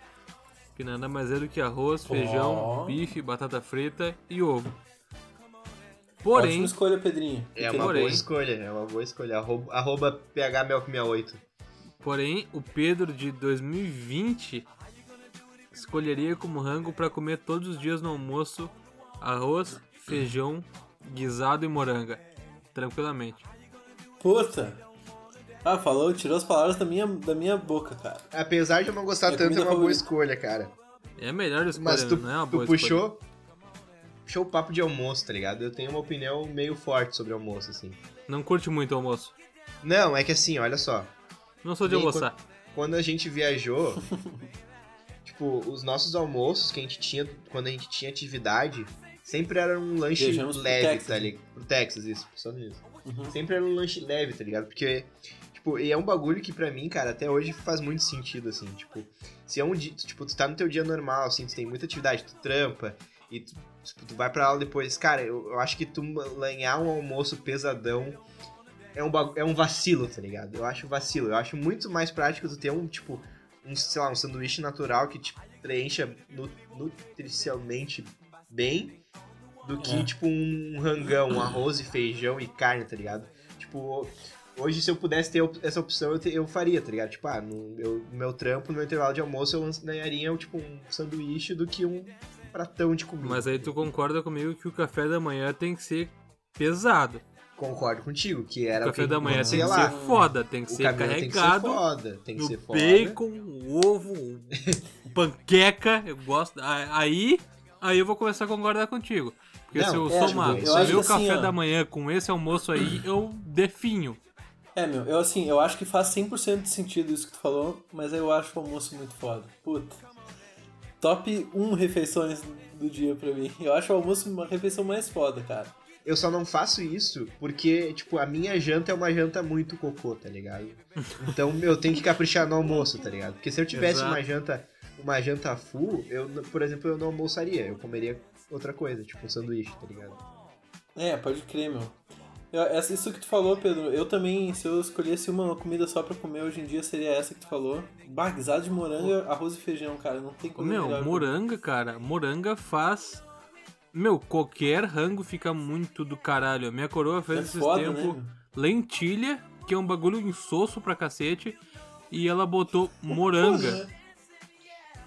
[SPEAKER 4] que nada mais é do que arroz, feijão,
[SPEAKER 2] Ó.
[SPEAKER 4] bife, batata frita e ovo.
[SPEAKER 2] Ótima
[SPEAKER 4] Porém,
[SPEAKER 2] escolha, Pedrinho.
[SPEAKER 3] É
[SPEAKER 2] Porque
[SPEAKER 3] uma
[SPEAKER 4] Porém.
[SPEAKER 3] boa escolha, é uma boa escolha. Arroba, arroba PHMelk68.
[SPEAKER 4] Porém, o Pedro de 2020 escolheria como rango pra comer todos os dias no almoço Arroz, feijão, guisado e moranga. Tranquilamente.
[SPEAKER 2] Puta! Ah, falou, tirou as palavras da minha, da minha boca, cara.
[SPEAKER 3] Apesar de eu não gostar
[SPEAKER 2] Minha
[SPEAKER 3] tanto, é
[SPEAKER 2] comida
[SPEAKER 3] uma boa
[SPEAKER 2] favorita.
[SPEAKER 3] escolha, cara.
[SPEAKER 4] É a melhor escolha,
[SPEAKER 3] Mas tu,
[SPEAKER 4] não é uma
[SPEAKER 3] tu
[SPEAKER 4] boa escolha.
[SPEAKER 3] puxou. Puxou o papo de almoço, tá ligado? Eu tenho uma opinião meio forte sobre almoço, assim.
[SPEAKER 4] Não curte muito o almoço.
[SPEAKER 3] Não, é que assim, olha só.
[SPEAKER 4] Não sou de
[SPEAKER 3] Nem
[SPEAKER 4] almoçar.
[SPEAKER 3] Quando a gente viajou, tipo, os nossos almoços que a gente tinha, quando a gente tinha atividade, sempre era um lanche
[SPEAKER 2] Viajamos pro
[SPEAKER 3] leve,
[SPEAKER 2] Texas, Uhum.
[SPEAKER 3] tá
[SPEAKER 2] né?
[SPEAKER 3] ligado? Pro Texas, isso, pros Estados Unidos. Sempre era um lanche leve, tá ligado? Porque, tipo, e é um bagulho que pra mim, cara, até hoje faz muito sentido, assim, tipo, se é um dia, tipo, tu tá no teu dia normal, assim, tu tem muita atividade, tu trampa, e tu, tipo, tu vai pra aula depois, cara, eu, eu acho que tu lanhar um almoço pesadão é um, bagu- é um vacilo, tá ligado? Eu acho vacilo, eu acho muito mais prático tu ter um, tipo, um, sei lá, um sanduíche natural que te preencha nu- nutricionalmente bem do que,
[SPEAKER 2] É.
[SPEAKER 3] tipo, um rangão, um arroz e feijão e carne, tá ligado? Tipo, hoje se eu pudesse ter op- essa opção, eu, te- eu faria, tá ligado? Tipo, ah, no meu, no meu trampo, no meu intervalo de almoço, eu ganharia, tipo, um sanduíche do que um pratão de comida.
[SPEAKER 4] Mas aí tu concorda comigo que o café da manhã tem que ser pesado.
[SPEAKER 3] Concordo contigo, que era
[SPEAKER 4] o café
[SPEAKER 3] É, que
[SPEAKER 4] da manhã tem
[SPEAKER 3] sei
[SPEAKER 4] que
[SPEAKER 3] lá, um-
[SPEAKER 4] ser foda, tem que
[SPEAKER 3] o
[SPEAKER 4] ser
[SPEAKER 3] caminhão tem que ser
[SPEAKER 4] carregado.
[SPEAKER 3] foda, tem que
[SPEAKER 4] no
[SPEAKER 3] ser foda.
[SPEAKER 4] bacon, o ovo, o panqueca, eu gosto. A- Aí, aí eu vou começar a concordar contigo. Porque
[SPEAKER 3] Não,
[SPEAKER 4] se eu
[SPEAKER 2] é,
[SPEAKER 4] somar
[SPEAKER 3] tipo, eu
[SPEAKER 4] o
[SPEAKER 3] acho
[SPEAKER 4] meu
[SPEAKER 2] que assim,
[SPEAKER 4] café
[SPEAKER 2] ó.
[SPEAKER 4] da manhã com esse almoço aí, eu definho.
[SPEAKER 2] É, meu, eu assim, eu acho que faz 100% de sentido isso que tu falou, mas eu acho o almoço muito foda. Puta. Top 1 refeições do dia pra mim. Eu acho o almoço uma refeição mais foda, cara.
[SPEAKER 3] Eu só não faço isso porque, tipo, a minha janta é uma janta muito cocô, tá ligado? Então eu tenho que caprichar no almoço, tá ligado? Porque se eu tivesse
[SPEAKER 4] Exato.
[SPEAKER 3] uma janta, uma janta full, eu, n- por exemplo, eu não almoçaria, eu comeria outra coisa, tipo um sanduíche, tá ligado?
[SPEAKER 2] É, pode crer, meu. Eu, essa- isso que tu falou, Pedro, eu também, se eu escolhesse uma comida só pra comer hoje em dia, seria essa que tu falou. Bah, guisado de moranga, arroz e feijão, cara, não tem
[SPEAKER 4] Ô,
[SPEAKER 2] como
[SPEAKER 4] Meu, moranga, cara, moranga faz. Meu, qualquer rango fica muito do caralho. Minha coroa fez
[SPEAKER 2] é
[SPEAKER 4] esses
[SPEAKER 2] foda,
[SPEAKER 4] tempo
[SPEAKER 2] né? meu?
[SPEAKER 4] lentilha, que é um bagulho insosso pra cacete, e ela botou moranga.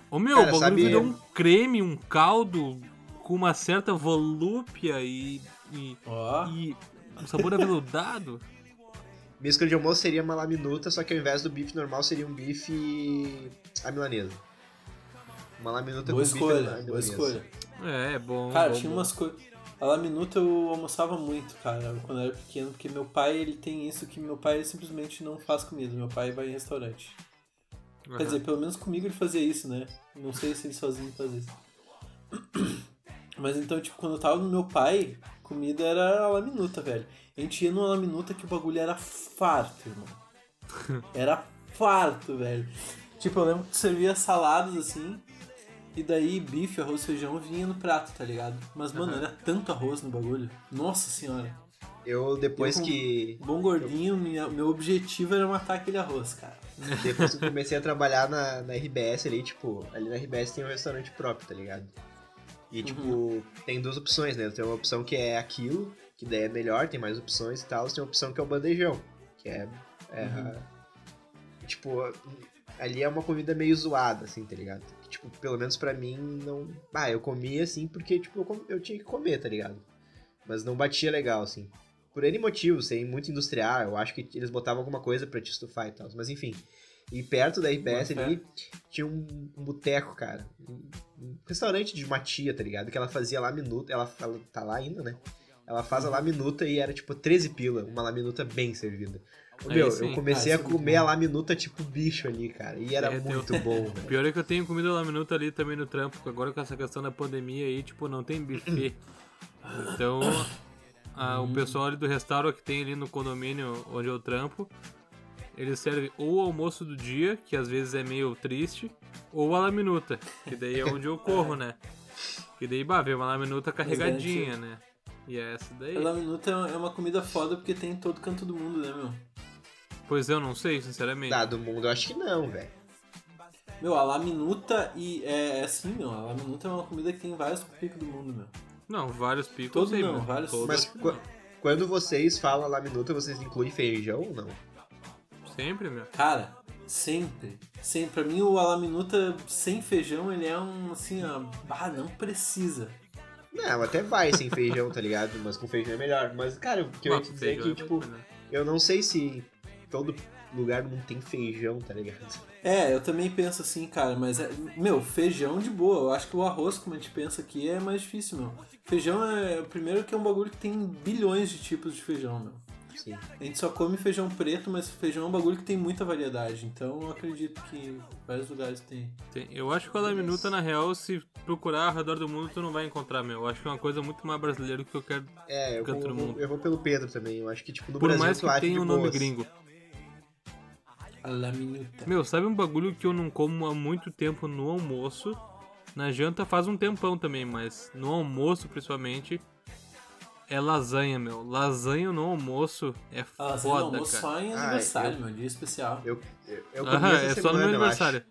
[SPEAKER 4] Ô meu,
[SPEAKER 3] Cara,
[SPEAKER 4] o bagulho
[SPEAKER 3] sabe-
[SPEAKER 4] virou um creme, um caldo com uma certa volúpia e. e,
[SPEAKER 2] Ó.
[SPEAKER 4] e um sabor aveludado.
[SPEAKER 3] Minha escolha de almoço seria uma laminuta, só que ao invés do bife normal seria um bife à milanesa. Uma laminuta
[SPEAKER 2] Boa
[SPEAKER 3] com bife à
[SPEAKER 2] escolha, boa
[SPEAKER 3] milanesa.
[SPEAKER 2] escolha.
[SPEAKER 4] É, é bom.
[SPEAKER 2] Cara,
[SPEAKER 4] bom,
[SPEAKER 2] tinha
[SPEAKER 4] bom.
[SPEAKER 2] umas coisas. A laminuta eu almoçava muito, cara, quando eu era pequeno, porque meu pai, ele tem isso que meu pai simplesmente não faz comida, meu pai vai em restaurante.
[SPEAKER 4] Aham.
[SPEAKER 2] Quer dizer, pelo menos comigo ele fazia isso, né? Não sei se ele sozinho fazia isso. Mas então, tipo, quando eu tava no meu pai, comida era a laminuta, velho. A gente ia numa laminuta que o bagulho era farto, irmão. Era farto, velho. Tipo, eu lembro que tu servia saladas assim, e daí bife, arroz, feijão vinha no prato, tá ligado? Mas, mano, era tanto arroz no bagulho. Nossa senhora.
[SPEAKER 3] Eu, depois
[SPEAKER 2] Eu com-
[SPEAKER 3] que...
[SPEAKER 2] Bom gordinho, minha- meu objetivo era matar aquele arroz, cara.
[SPEAKER 3] Depois que eu comecei a trabalhar na, na RBS ali, tipo, ali na RBS tem um restaurante próprio, tá ligado? E tipo, tem duas opções, né? Tem uma opção que é aquilo, que daí é melhor, tem mais opções e tal, tem uma opção que é o bandejão, que é. é Tipo, ali é uma comida meio zoada, assim, tá ligado? Que, tipo, pelo menos pra mim não. Ah, eu comia assim porque, tipo, eu, com- eu tinha que comer, tá ligado? Mas não batia legal, assim. Por N motivo, sem muito industrial, eu acho que eles botavam alguma coisa pra te estufar e tal. Mas enfim. E perto da RBS
[SPEAKER 2] Bota fé.
[SPEAKER 3] ali
[SPEAKER 4] é.
[SPEAKER 3] tinha um, um boteco, cara. Um, um restaurante de uma tia, tá ligado? Que ela fazia lá minuta. Ela, ela tá lá ainda, né? Ela faz
[SPEAKER 4] Uhum.
[SPEAKER 3] a laminuta e era tipo 13 pila, uma laminuta bem servida. Ô,
[SPEAKER 4] Aí
[SPEAKER 3] meu,
[SPEAKER 4] sim.
[SPEAKER 3] eu comecei
[SPEAKER 2] Ah,
[SPEAKER 3] a
[SPEAKER 2] isso é muito
[SPEAKER 3] comer
[SPEAKER 2] bom.
[SPEAKER 3] a laminuta tipo bicho ali, cara. E era
[SPEAKER 4] É, deu.
[SPEAKER 3] muito bom, velho.
[SPEAKER 4] Pior é que eu tenho comida lá minuto ali também no trampo, agora com essa questão da pandemia aí, tipo, não tem buffet. Então, a-
[SPEAKER 3] Hum.
[SPEAKER 4] o pessoal ali do restauro que tem ali no condomínio onde eu trampo, ele serve ou o almoço do dia, que às vezes é meio triste, ou a laminuta, que daí é onde eu corro, né? Que daí, bah, vem uma laminuta
[SPEAKER 3] é
[SPEAKER 4] carregadinha, né? E é essa daí.
[SPEAKER 2] A laminuta é uma- é uma comida foda porque tem em todo canto do mundo, né, meu?
[SPEAKER 4] Pois eu não sei, sinceramente.
[SPEAKER 3] Tá, do mundo eu acho que não, velho.
[SPEAKER 2] Meu, a laminuta e é, é assim, meu. A laminuta é uma comida que tem em vários picos do mundo, meu.
[SPEAKER 4] Não, vários picos.
[SPEAKER 2] Todo
[SPEAKER 4] eu sei,
[SPEAKER 2] não,
[SPEAKER 4] mas
[SPEAKER 2] vários
[SPEAKER 4] todos.
[SPEAKER 3] Mas
[SPEAKER 2] acho que
[SPEAKER 3] qu- quando vocês falam laminuta, vocês incluem feijão ou não?
[SPEAKER 4] Sempre, meu.
[SPEAKER 2] Cara, sempre, sempre. Pra mim, o a laminuta sem feijão, ele é um, assim, ó, ah, não precisa.
[SPEAKER 3] Não, até vai sem feijão, tá ligado? Mas com feijão é melhor. Mas, cara, o que eu ia te dizer é que, tipo, eu não sei se todo lugar do mundo tem feijão, tá ligado?
[SPEAKER 2] É, eu também penso assim, cara, mas é, meu, feijão de boa. Eu acho que o arroz, como a gente pensa aqui, é mais difícil, meu. Feijão é o primeiro que é um bagulho que tem bilhões de tipos de feijão, meu.
[SPEAKER 3] Sim.
[SPEAKER 2] A gente só come feijão preto, mas feijão é um bagulho que tem muita variedade. Então eu acredito que vários lugares tem.
[SPEAKER 4] Tem- Eu acho que o Laminuta, na real, se procurar ao redor do mundo, tu não vai encontrar, meu. Eu acho que é uma coisa muito mais brasileira do que eu quero.
[SPEAKER 3] É, eu,
[SPEAKER 4] Fica todo
[SPEAKER 3] vou-
[SPEAKER 4] mundo.
[SPEAKER 3] eu vou pelo Pedro também. Eu acho que, tipo, no
[SPEAKER 4] Por
[SPEAKER 3] Brasil
[SPEAKER 4] mais
[SPEAKER 3] tu acha
[SPEAKER 4] que tenha
[SPEAKER 3] de
[SPEAKER 4] um nome
[SPEAKER 3] boas.
[SPEAKER 4] gringo.
[SPEAKER 2] A laminuta.
[SPEAKER 4] Meu, sabe um bagulho que eu não como há muito tempo no almoço? Na janta faz um tempão também, mas no almoço principalmente é lasanha, meu. Lasanha no almoço é
[SPEAKER 2] A lasanha
[SPEAKER 4] foda,
[SPEAKER 2] no almoço
[SPEAKER 4] cara.
[SPEAKER 2] só em
[SPEAKER 3] Ah,
[SPEAKER 2] aniversário,
[SPEAKER 3] eu-
[SPEAKER 2] meu, dia especial.
[SPEAKER 3] Eu, eu, eu comi
[SPEAKER 4] Aham,
[SPEAKER 3] essa
[SPEAKER 4] é
[SPEAKER 3] semana,
[SPEAKER 4] só no
[SPEAKER 3] eu
[SPEAKER 4] meu
[SPEAKER 3] acho. é
[SPEAKER 4] aniversário.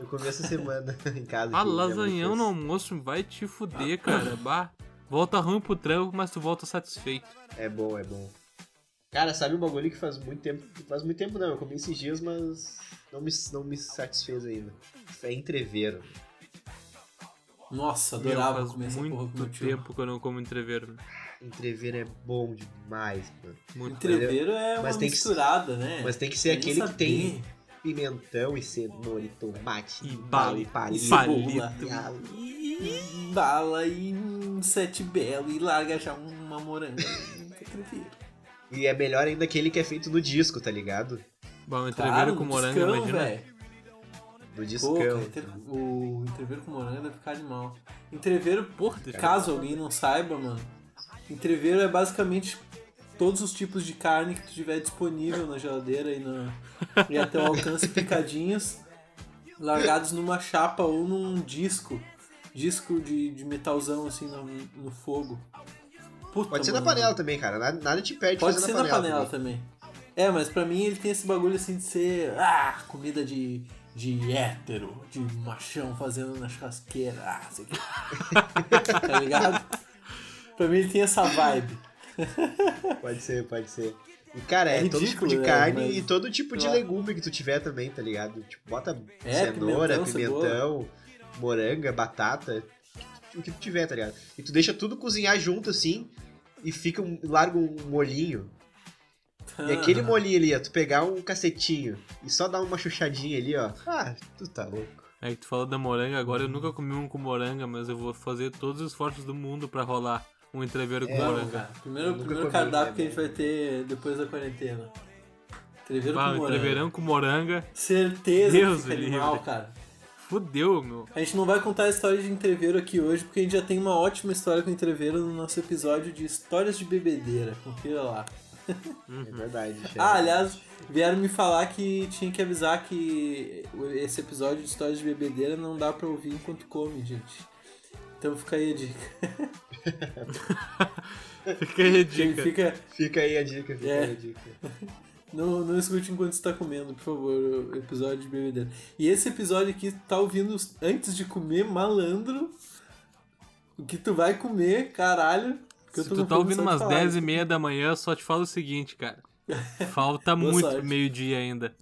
[SPEAKER 3] Eu comi essa semana em casa.
[SPEAKER 4] Ah,
[SPEAKER 3] que minha mãe
[SPEAKER 4] lasanhão
[SPEAKER 3] fez.
[SPEAKER 4] no almoço vai te fuder, cara. Bah. Volta ruim pro trampo, mas tu volta satisfeito.
[SPEAKER 3] É bom, é bom. Cara, sabe um bagulho que faz muito tempo. Faz muito tempo não, eu comi esses dias, mas não me, não me satisfez ainda. É entreveiro.
[SPEAKER 2] Nossa,
[SPEAKER 4] Meu,
[SPEAKER 2] adorava
[SPEAKER 4] faz
[SPEAKER 2] comer essa porra com meu
[SPEAKER 4] muito
[SPEAKER 2] tio.
[SPEAKER 4] tempo que eu não como entreveiro. meu.
[SPEAKER 3] Entreveiro é bom demais, mano.
[SPEAKER 4] Muito.
[SPEAKER 2] Entreveiro é uma
[SPEAKER 3] mas tem que-
[SPEAKER 2] misturada, né?
[SPEAKER 3] Mas tem que ser
[SPEAKER 2] Nem
[SPEAKER 3] aquele que tem
[SPEAKER 2] saber.
[SPEAKER 3] pimentão e cenoura e tomate
[SPEAKER 4] E
[SPEAKER 3] bala e
[SPEAKER 4] pali-
[SPEAKER 3] palito.
[SPEAKER 4] palito.
[SPEAKER 3] e alho.
[SPEAKER 2] E bala e um sete belo e larga já uma moranga. Entreveiro.
[SPEAKER 3] E é melhor ainda aquele que é feito no disco, tá ligado?
[SPEAKER 4] Bom, entreveiro
[SPEAKER 2] Claro,
[SPEAKER 4] um com
[SPEAKER 2] no
[SPEAKER 4] morango,
[SPEAKER 2] discão,
[SPEAKER 4] imagina.
[SPEAKER 2] velho. Pô,
[SPEAKER 3] No
[SPEAKER 2] cara,
[SPEAKER 3] discão.
[SPEAKER 2] entre- o entreveiro com morango deve ficar animal. Entreveiro,
[SPEAKER 4] Porra, deve-
[SPEAKER 2] caso alguém não saiba, mano, entreveiro é basicamente todos os tipos de carne que tu tiver disponível na geladeira e, na, e até o alcance picadinhos, largados numa chapa ou num disco. Disco de, de metalzão assim no, no fogo. Puta,
[SPEAKER 3] Pode ser na
[SPEAKER 2] mano.
[SPEAKER 3] panela também, cara. Nada, nada te impede de
[SPEAKER 2] Pode
[SPEAKER 3] fazer
[SPEAKER 2] ser
[SPEAKER 3] na panela. também.
[SPEAKER 2] também. É, mas pra mim ele tem esse bagulho assim de ser. Ah, comida de. de hétero, de machão fazendo na churrasqueira. Ah, sei que. tá ligado? Pra mim ele tem essa vibe.
[SPEAKER 3] Pode ser, pode ser. E, cara, é,
[SPEAKER 2] É
[SPEAKER 3] todo tipo
[SPEAKER 2] ridículo,
[SPEAKER 3] de
[SPEAKER 2] né?
[SPEAKER 3] carne
[SPEAKER 2] Mas-
[SPEAKER 3] e todo tipo de
[SPEAKER 2] Claro.
[SPEAKER 3] legume que tu tiver também, tá ligado? Tipo, bota
[SPEAKER 2] É,
[SPEAKER 3] cenoura,
[SPEAKER 2] pimentão,
[SPEAKER 3] pimentão, moranga, batata, o que tu tiver, tá ligado? E tu deixa tudo cozinhar junto, assim, e fica um, larga um molhinho. E
[SPEAKER 2] Ah.
[SPEAKER 3] aquele molhinho ali, ó, tu pegar um cacetinho e só dar uma chuchadinha ali, ó. Ah, tu tá louco.
[SPEAKER 4] É que tu falou da moranga agora, eu nunca comi um com moranga, mas eu vou fazer todos os esforços do mundo pra rolar um entreveiro com
[SPEAKER 3] É,
[SPEAKER 2] Vamos,
[SPEAKER 4] moranga.
[SPEAKER 2] cara. Primeiro,
[SPEAKER 3] Nunca
[SPEAKER 2] primeiro
[SPEAKER 3] comi,
[SPEAKER 2] cardápio
[SPEAKER 3] né,
[SPEAKER 2] que a gente vai ter depois da quarentena. Treveiro
[SPEAKER 4] Ah,
[SPEAKER 2] com
[SPEAKER 4] um
[SPEAKER 2] morango.
[SPEAKER 4] entreveirão com moranga.
[SPEAKER 2] Certeza que
[SPEAKER 4] Deus
[SPEAKER 2] fica
[SPEAKER 4] me
[SPEAKER 2] animal,
[SPEAKER 4] livre.
[SPEAKER 2] cara.
[SPEAKER 4] Fudeu, meu.
[SPEAKER 2] A gente não vai contar a história de entreveiro aqui hoje, porque a gente já tem uma ótima história com entreveiro no nosso episódio de histórias de bebedeira. Confira lá.
[SPEAKER 3] É verdade. chefe.
[SPEAKER 4] um
[SPEAKER 2] Ah, aliás, vieram me falar que tinha que avisar que esse episódio de histórias de bebedeira não dá pra ouvir enquanto come, gente. Então fica aí a dica.
[SPEAKER 4] Fica aí a dica.
[SPEAKER 2] Fica,
[SPEAKER 3] Fica aí a dica, fica
[SPEAKER 2] É.
[SPEAKER 3] aí a dica.
[SPEAKER 2] Não, não escute enquanto está comendo, por favor, o episódio de bebedeira. E esse episódio aqui tá ouvindo antes de comer, malandro. O que tu vai comer, caralho. que eu
[SPEAKER 4] Se
[SPEAKER 2] tô
[SPEAKER 4] tu
[SPEAKER 2] com
[SPEAKER 4] tá
[SPEAKER 2] fome
[SPEAKER 4] ouvindo
[SPEAKER 2] só de
[SPEAKER 4] umas
[SPEAKER 2] falar.
[SPEAKER 4] 10 e meia da manhã, só te falo o seguinte, cara. Falta
[SPEAKER 2] Boa
[SPEAKER 4] muito
[SPEAKER 2] sorte.
[SPEAKER 4] meio-dia ainda.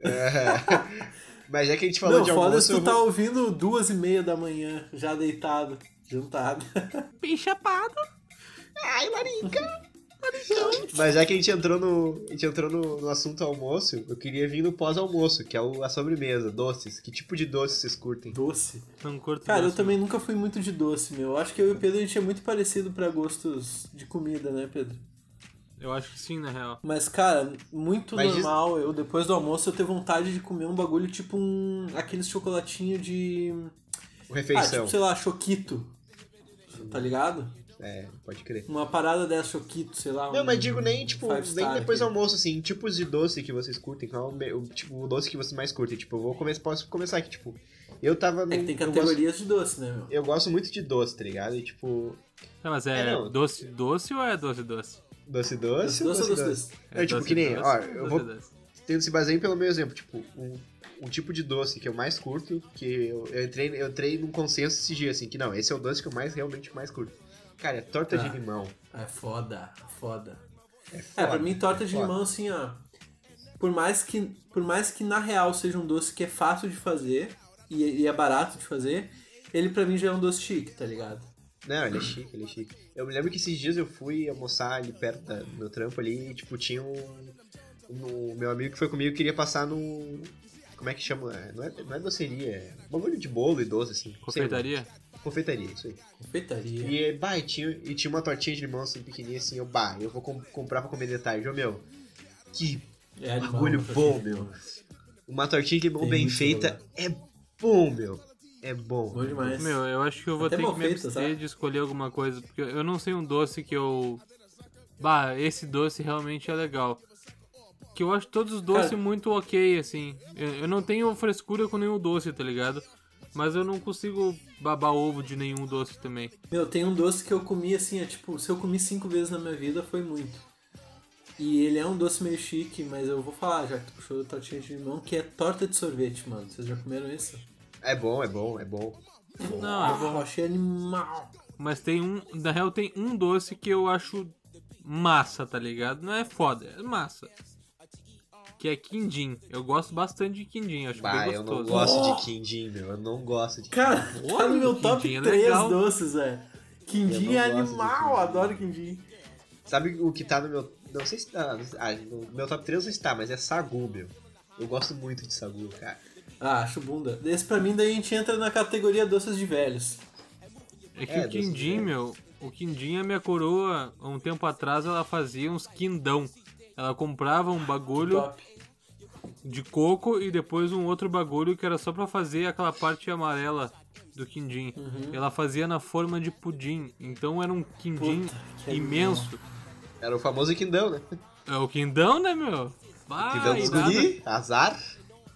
[SPEAKER 3] É. Mas já que a gente falou
[SPEAKER 2] Não,
[SPEAKER 3] de
[SPEAKER 2] foda se
[SPEAKER 3] almoço,
[SPEAKER 2] tu
[SPEAKER 3] eu
[SPEAKER 2] tá
[SPEAKER 3] vou...
[SPEAKER 2] ouvindo duas e meia da manhã, já deitado, jantado.
[SPEAKER 4] Pichapado.
[SPEAKER 3] Ai, Marica! Mas já que a gente entrou no, a gente entrou no, no assunto almoço, eu queria vir no pós-almoço, que é o- a sobremesa, doces. Que tipo de doce vocês curtem?
[SPEAKER 2] Doce.
[SPEAKER 4] Não curto
[SPEAKER 2] Cara, eu
[SPEAKER 4] doce,
[SPEAKER 2] também nunca fui muito de doce, meu. Eu acho que eu e o Pedro a gente é muito parecido pra gostos de comida, né, Pedro?
[SPEAKER 4] meu. Eu acho que sim, na real.
[SPEAKER 2] Mas, cara, muito
[SPEAKER 3] Mas diz-
[SPEAKER 2] normal. Eu, depois do almoço, eu ter vontade de comer um bagulho tipo um. aqueles chocolatinho de. Ah,
[SPEAKER 3] Refeição.
[SPEAKER 2] tipo, sei lá, choquito. Tá ligado?
[SPEAKER 3] É, pode crer.
[SPEAKER 2] Uma parada dessa, choquito, sei lá.
[SPEAKER 3] Não,
[SPEAKER 2] um-
[SPEAKER 3] mas digo nem, tipo,
[SPEAKER 2] five
[SPEAKER 3] nem
[SPEAKER 2] star
[SPEAKER 3] depois do
[SPEAKER 2] aqui.
[SPEAKER 3] almoço, assim, tipos de doce que vocês curtem, qual é o, me- o, tipo, o doce que vocês mais curtem. Tipo, eu vou começar, posso começar aqui, tipo, eu tava no.
[SPEAKER 2] É que tem
[SPEAKER 3] eu, gosto,
[SPEAKER 2] categorias de doce, né, meu?
[SPEAKER 3] eu gosto muito de doce, tá ligado? E tipo,
[SPEAKER 4] Não, mas é,
[SPEAKER 3] É, não.
[SPEAKER 4] doce doce ou é doce doce?
[SPEAKER 3] doce doce.
[SPEAKER 2] doce ou doce doce?
[SPEAKER 3] É, tipo,
[SPEAKER 4] doce
[SPEAKER 3] que nem,
[SPEAKER 4] doce
[SPEAKER 3] ó,
[SPEAKER 4] ou
[SPEAKER 3] eu
[SPEAKER 4] doce
[SPEAKER 3] vou
[SPEAKER 4] doce?
[SPEAKER 3] tendo se basear pelo meu exemplo, tipo, um, um tipo de doce que eu mais curto, que eu, eu entrei, eu entrei num consenso esse dia, assim, que não, esse é o doce que eu mais realmente mais curto. Cara, é torta
[SPEAKER 2] Tá.
[SPEAKER 3] de limão.
[SPEAKER 2] É foda, foda.
[SPEAKER 3] É,
[SPEAKER 2] É,
[SPEAKER 3] foda,
[SPEAKER 2] pra mim, torta
[SPEAKER 3] é
[SPEAKER 2] de
[SPEAKER 3] foda.
[SPEAKER 2] limão, assim, ó. Por mais, que, por mais que na real seja um doce que é fácil de fazer e, e é barato de fazer, ele pra mim já é um doce chique, tá ligado?
[SPEAKER 3] Não, ele é chique, ele é chique. Eu me lembro que esses dias eu fui almoçar ali perto da- do meu trampo ali e, tipo, tinha um, um- Meu amigo que foi comigo queria passar no. Como é que chama? É, Não é, não é doceria, é bagulho de bolo e doce, assim.
[SPEAKER 4] Confeitaria?
[SPEAKER 3] Sei, confeitaria, isso aí.
[SPEAKER 2] Confeitaria.
[SPEAKER 3] E, bah, e tinha, e tinha uma tortinha de limão, assim, pequenininha, assim. Eu, bah, eu vou com- comprar pra comer detalhe. Ô, meu, que
[SPEAKER 2] É animal,
[SPEAKER 3] bagulho
[SPEAKER 2] tá
[SPEAKER 3] bom,
[SPEAKER 2] assim.
[SPEAKER 3] meu. Uma tortinha de limão
[SPEAKER 2] Tem
[SPEAKER 3] bem
[SPEAKER 2] muito
[SPEAKER 3] feita
[SPEAKER 4] né?
[SPEAKER 3] é bom, meu. É bom.
[SPEAKER 2] Bom demais.
[SPEAKER 4] Meu, eu acho que eu vou
[SPEAKER 2] Até
[SPEAKER 4] ter que
[SPEAKER 2] mal
[SPEAKER 4] me
[SPEAKER 2] feito,
[SPEAKER 4] abster
[SPEAKER 2] sabe?
[SPEAKER 4] de escolher alguma coisa, porque eu não sei um doce que eu. Bah, esse doce realmente é legal. Que eu acho todos os doces
[SPEAKER 2] Cara-
[SPEAKER 4] muito ok, assim. Eu, eu não tenho frescura com nenhum doce, tá ligado? Mas eu não consigo babar ovo de nenhum doce também.
[SPEAKER 2] Meu, tem um doce que eu comi assim, é tipo, se eu comi cinco vezes na minha vida, foi muito. E ele é um doce meio chique, mas eu vou falar, já que tu puxou tortinha de limão, que é torta de sorvete, mano. Vocês já comeram isso?
[SPEAKER 3] É bom, é bom, é bom.
[SPEAKER 4] Não, é bom.
[SPEAKER 2] Eu achei animal.
[SPEAKER 4] Mas tem um. Na real, tem um doce que eu acho massa, tá ligado? Não é foda, é massa. Que é quindim. Eu gosto bastante de quindim, acho
[SPEAKER 3] Bah,
[SPEAKER 4] bem
[SPEAKER 3] eu não
[SPEAKER 4] gostoso.
[SPEAKER 3] gosto
[SPEAKER 2] Oh!
[SPEAKER 3] de quindim, meu. Eu não gosto de
[SPEAKER 2] Cara, tá no meu top
[SPEAKER 4] quindim é
[SPEAKER 2] 3
[SPEAKER 4] legal.
[SPEAKER 2] doces, velho. Quindim é
[SPEAKER 3] Eu não gosto de
[SPEAKER 2] animal,
[SPEAKER 3] quindim.
[SPEAKER 2] adoro quindim.
[SPEAKER 3] Sabe o que tá no meu. Não sei se tá. Ah, no meu top 3 não está, mas é sagu, meu. Eu gosto muito de sagu, cara.
[SPEAKER 2] Ah, acho bunda. Esse pra mim daí a gente entra na categoria doces de velhos.
[SPEAKER 4] É que
[SPEAKER 3] É,
[SPEAKER 4] o
[SPEAKER 3] doce de
[SPEAKER 4] quindim,
[SPEAKER 3] leite.
[SPEAKER 4] meu, o quindim, a minha coroa, há um tempo atrás, ela fazia uns quindão. Ela comprava um bagulho
[SPEAKER 2] Top.
[SPEAKER 4] de coco e depois um outro bagulho que era só pra fazer aquela parte amarela do quindim.
[SPEAKER 3] Uhum.
[SPEAKER 4] Ela fazia na forma de pudim, então era um quindim
[SPEAKER 2] Puta, que
[SPEAKER 4] imenso.
[SPEAKER 3] Era o famoso quindão, né?
[SPEAKER 4] É o quindão, né, meu? Bah,
[SPEAKER 3] quindão dos
[SPEAKER 4] irado.
[SPEAKER 3] guri, azar.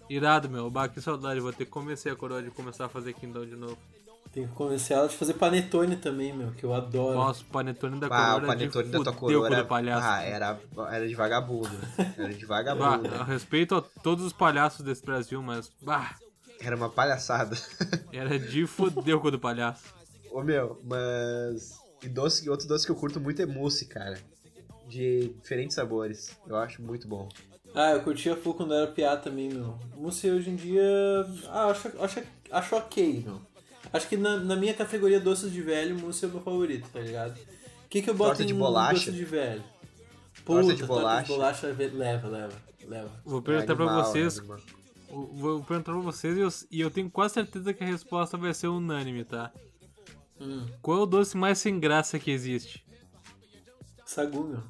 [SPEAKER 4] Irado, meu. Bah, que saudade. Vou ter que convencer a coroa de começar a fazer quindão de novo.
[SPEAKER 2] Tem que convencer ela de fazer panetone também, meu, que eu adoro.
[SPEAKER 4] Nossa, o panetone da coroa
[SPEAKER 3] Ah,
[SPEAKER 4] era
[SPEAKER 3] o panetone
[SPEAKER 4] de
[SPEAKER 3] da tua
[SPEAKER 4] fuder o
[SPEAKER 3] coroa
[SPEAKER 4] cu do
[SPEAKER 3] era,
[SPEAKER 4] palhaço.
[SPEAKER 3] ah, era, era de vagabundo. Era de
[SPEAKER 4] Bah,
[SPEAKER 3] vagabundo.
[SPEAKER 4] eu respeito a todos os palhaços desse Brasil, mas bah,
[SPEAKER 3] Era uma palhaçada.
[SPEAKER 4] era de fudeu com o do palhaço.
[SPEAKER 3] Ô meu, mas. E doce, outro doce que eu curto muito é mousse, cara. De diferentes sabores. Eu acho muito bom.
[SPEAKER 2] Ah, eu curtia full quando era piá também, meu. Mousse hoje em dia. Ah, acho, acho, acho ok, meu. Acho que na, na minha categoria doces de velho, mousse é o meu favorito, tá ligado? O que, que eu boto
[SPEAKER 3] Torta de
[SPEAKER 2] em
[SPEAKER 3] bolacha.
[SPEAKER 2] doce de velho?
[SPEAKER 3] Torta de
[SPEAKER 2] Puta,
[SPEAKER 3] bolacha.
[SPEAKER 2] bolacha ve- leva, leva, leva.
[SPEAKER 4] Vou perguntar
[SPEAKER 3] é
[SPEAKER 4] pra
[SPEAKER 3] animal,
[SPEAKER 4] vocês.
[SPEAKER 3] é animal.
[SPEAKER 4] o- Vou perguntar pra vocês e eu, e eu tenho quase certeza que a resposta vai ser unânime, tá?
[SPEAKER 2] Hum,
[SPEAKER 4] Qual é o doce mais sem graça que existe?
[SPEAKER 2] sagu, meu.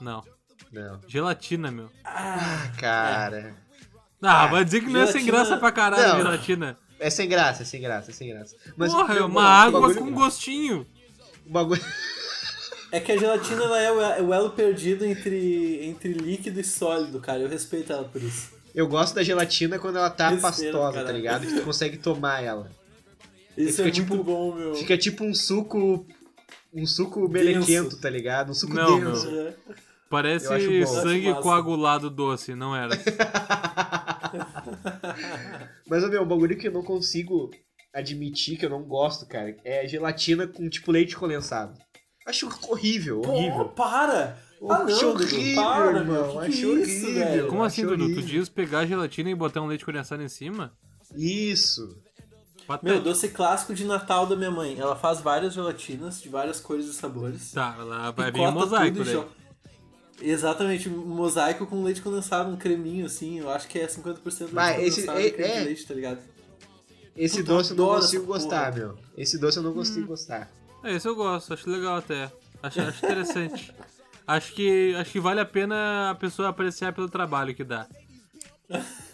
[SPEAKER 4] Não.
[SPEAKER 3] Não.
[SPEAKER 4] Gelatina, meu.
[SPEAKER 3] Cara.
[SPEAKER 4] Ah, vai dizer que não é sem
[SPEAKER 2] gelatina-
[SPEAKER 4] graça pra caralho,
[SPEAKER 3] Não.
[SPEAKER 4] gelatina.
[SPEAKER 3] É sem graça, é sem graça, é sem graça.
[SPEAKER 4] Porra, é
[SPEAKER 3] meu,
[SPEAKER 4] uma
[SPEAKER 3] mano,
[SPEAKER 4] água
[SPEAKER 3] o bagulho-
[SPEAKER 4] com gostinho.
[SPEAKER 3] o bagulho-
[SPEAKER 2] É que a gelatina ela é o é o elo perdido entre, entre líquido e sólido, cara. Eu respeito ela por isso.
[SPEAKER 3] Eu gosto da gelatina quando ela tá
[SPEAKER 2] Besteira,
[SPEAKER 3] pastosa, tá
[SPEAKER 2] caralho.
[SPEAKER 3] ligado? Que tu consegue tomar ela.
[SPEAKER 2] Isso
[SPEAKER 3] fica
[SPEAKER 2] é
[SPEAKER 3] tipo-
[SPEAKER 2] muito bom, meu.
[SPEAKER 3] Fica tipo um suco. Um suco melequento, tá ligado? Um suco
[SPEAKER 4] Não,
[SPEAKER 3] denso.
[SPEAKER 4] meu.
[SPEAKER 2] É.
[SPEAKER 4] Parece
[SPEAKER 3] Eu acho bom.
[SPEAKER 2] Eu acho
[SPEAKER 4] sangue
[SPEAKER 2] massa.
[SPEAKER 4] coagulado doce, não era.
[SPEAKER 3] Mas, ô, meu, um bagulho que eu não consigo admitir que eu não gosto, cara, é gelatina com tipo leite condensado. Acho horrível,
[SPEAKER 2] Pô,
[SPEAKER 3] horrível.
[SPEAKER 2] para! Ah,
[SPEAKER 3] Acho
[SPEAKER 2] não, Dudu,
[SPEAKER 3] horrível,
[SPEAKER 2] para,
[SPEAKER 3] irmão,
[SPEAKER 2] meu. Que que
[SPEAKER 3] acho
[SPEAKER 2] é isso,
[SPEAKER 3] horrível.
[SPEAKER 2] velho?
[SPEAKER 4] Como
[SPEAKER 3] Eu
[SPEAKER 4] assim,
[SPEAKER 3] acho
[SPEAKER 4] Dudu? Tu
[SPEAKER 3] horrível.
[SPEAKER 4] diz pegar gelatina e botar um leite condensado em cima?
[SPEAKER 3] Isso.
[SPEAKER 2] Meu,
[SPEAKER 4] Patético.
[SPEAKER 2] doce clássico de Natal da minha mãe. Ela faz várias gelatinas de várias cores e sabores.
[SPEAKER 4] Tá, lá vai vir
[SPEAKER 2] Picota
[SPEAKER 4] um mosaico
[SPEAKER 2] tudo e
[SPEAKER 4] daí.
[SPEAKER 2] jo- Exatamente, um mosaico com leite condensado, um creminho assim, eu acho que é 50% leite
[SPEAKER 3] Mas
[SPEAKER 2] condensado
[SPEAKER 3] esse-
[SPEAKER 2] e
[SPEAKER 3] é-
[SPEAKER 2] creme de
[SPEAKER 3] é.
[SPEAKER 2] leite, tá ligado?
[SPEAKER 3] Esse
[SPEAKER 2] Puta,
[SPEAKER 3] doce eu não
[SPEAKER 2] adoro
[SPEAKER 3] consigo
[SPEAKER 2] essa porra.
[SPEAKER 3] gostar, meu. Esse doce eu não consigo gostar.
[SPEAKER 4] É, esse eu gosto, acho legal até. Acho, acho interessante. acho, que, acho que vale a pena a pessoa apreciar pelo trabalho que dá.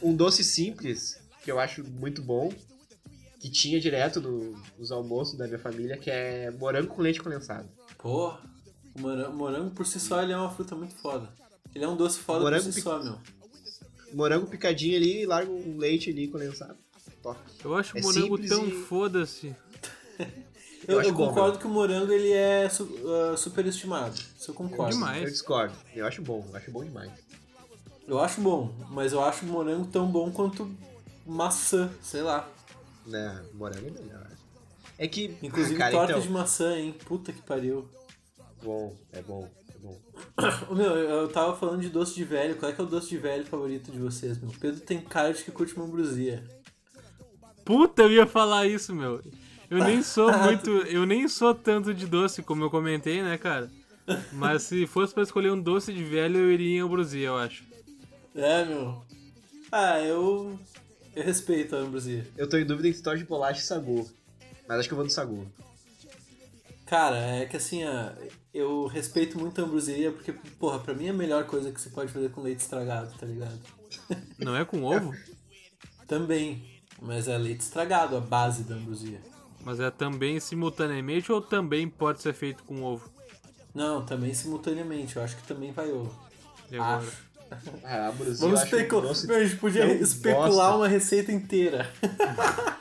[SPEAKER 3] um doce simples que eu acho muito bom, que tinha direto no- nos almoços da minha família, que é morango com leite condensado.
[SPEAKER 2] Porra, o morango, morango por si só ele é uma fruta muito foda. Ele é um doce foda
[SPEAKER 3] Morango
[SPEAKER 2] por si
[SPEAKER 3] pic-
[SPEAKER 2] só, meu.
[SPEAKER 3] Morango picadinho ali e larga um leite ali condensado. Top.
[SPEAKER 4] Eu acho o
[SPEAKER 3] É
[SPEAKER 4] morango
[SPEAKER 3] simples
[SPEAKER 4] tão
[SPEAKER 3] e-
[SPEAKER 4] foda-se.
[SPEAKER 2] Eu,
[SPEAKER 3] acho
[SPEAKER 2] eu
[SPEAKER 3] bom,
[SPEAKER 2] concordo
[SPEAKER 3] meu.
[SPEAKER 2] que o morango ele é su- ah, superestimado. Isso eu concordo.
[SPEAKER 4] Demais.
[SPEAKER 3] Eu discordo. Eu acho bom, eu acho bom demais.
[SPEAKER 2] Eu acho bom, mas eu acho morango tão bom quanto maçã, sei lá.
[SPEAKER 3] Não, morango é melhor. É que,
[SPEAKER 2] Inclusive
[SPEAKER 3] ah, cara,
[SPEAKER 2] torta
[SPEAKER 3] então,
[SPEAKER 2] de maçã, hein? Puta que pariu.
[SPEAKER 3] bom, é bom, é bom.
[SPEAKER 2] Ô, Meu, eu tava falando de doce de velho. Qual é que é o doce de velho favorito de vocês, meu? Pedro tem cara de que curte mambruzia.
[SPEAKER 4] Puta, eu ia falar isso, meu. Eu nem sou muito. Eu nem sou tanto de doce, como eu comentei, né, cara? Mas se fosse pra escolher um doce de velho, eu iria em ambrosia, eu acho.
[SPEAKER 2] É, meu. Ah, eu. Eu respeito a Ambrosia.
[SPEAKER 3] Eu tô em dúvida entre torta de bolacha e sagu. Mas acho que eu vou no sagu.
[SPEAKER 2] Cara, é que assim, ó, eu respeito muito a Ambrosia porque, porra, pra mim é a melhor coisa que você pode fazer com leite estragado, tá ligado?
[SPEAKER 4] Não é com ovo?
[SPEAKER 2] Também. Mas é leite estragado a base da Ambrosia.
[SPEAKER 4] Mas é também simultaneamente ou também pode ser feito com ovo?
[SPEAKER 2] Não, também simultaneamente. Eu acho que também vai ovo.
[SPEAKER 4] E agora?
[SPEAKER 2] Acho.
[SPEAKER 3] Ah, a Ambrosia
[SPEAKER 2] Vamos
[SPEAKER 3] eu acho um
[SPEAKER 2] especular.
[SPEAKER 3] doce
[SPEAKER 2] Meu, a gente podia
[SPEAKER 3] tão
[SPEAKER 2] especular
[SPEAKER 3] bosta.
[SPEAKER 2] uma receita inteira.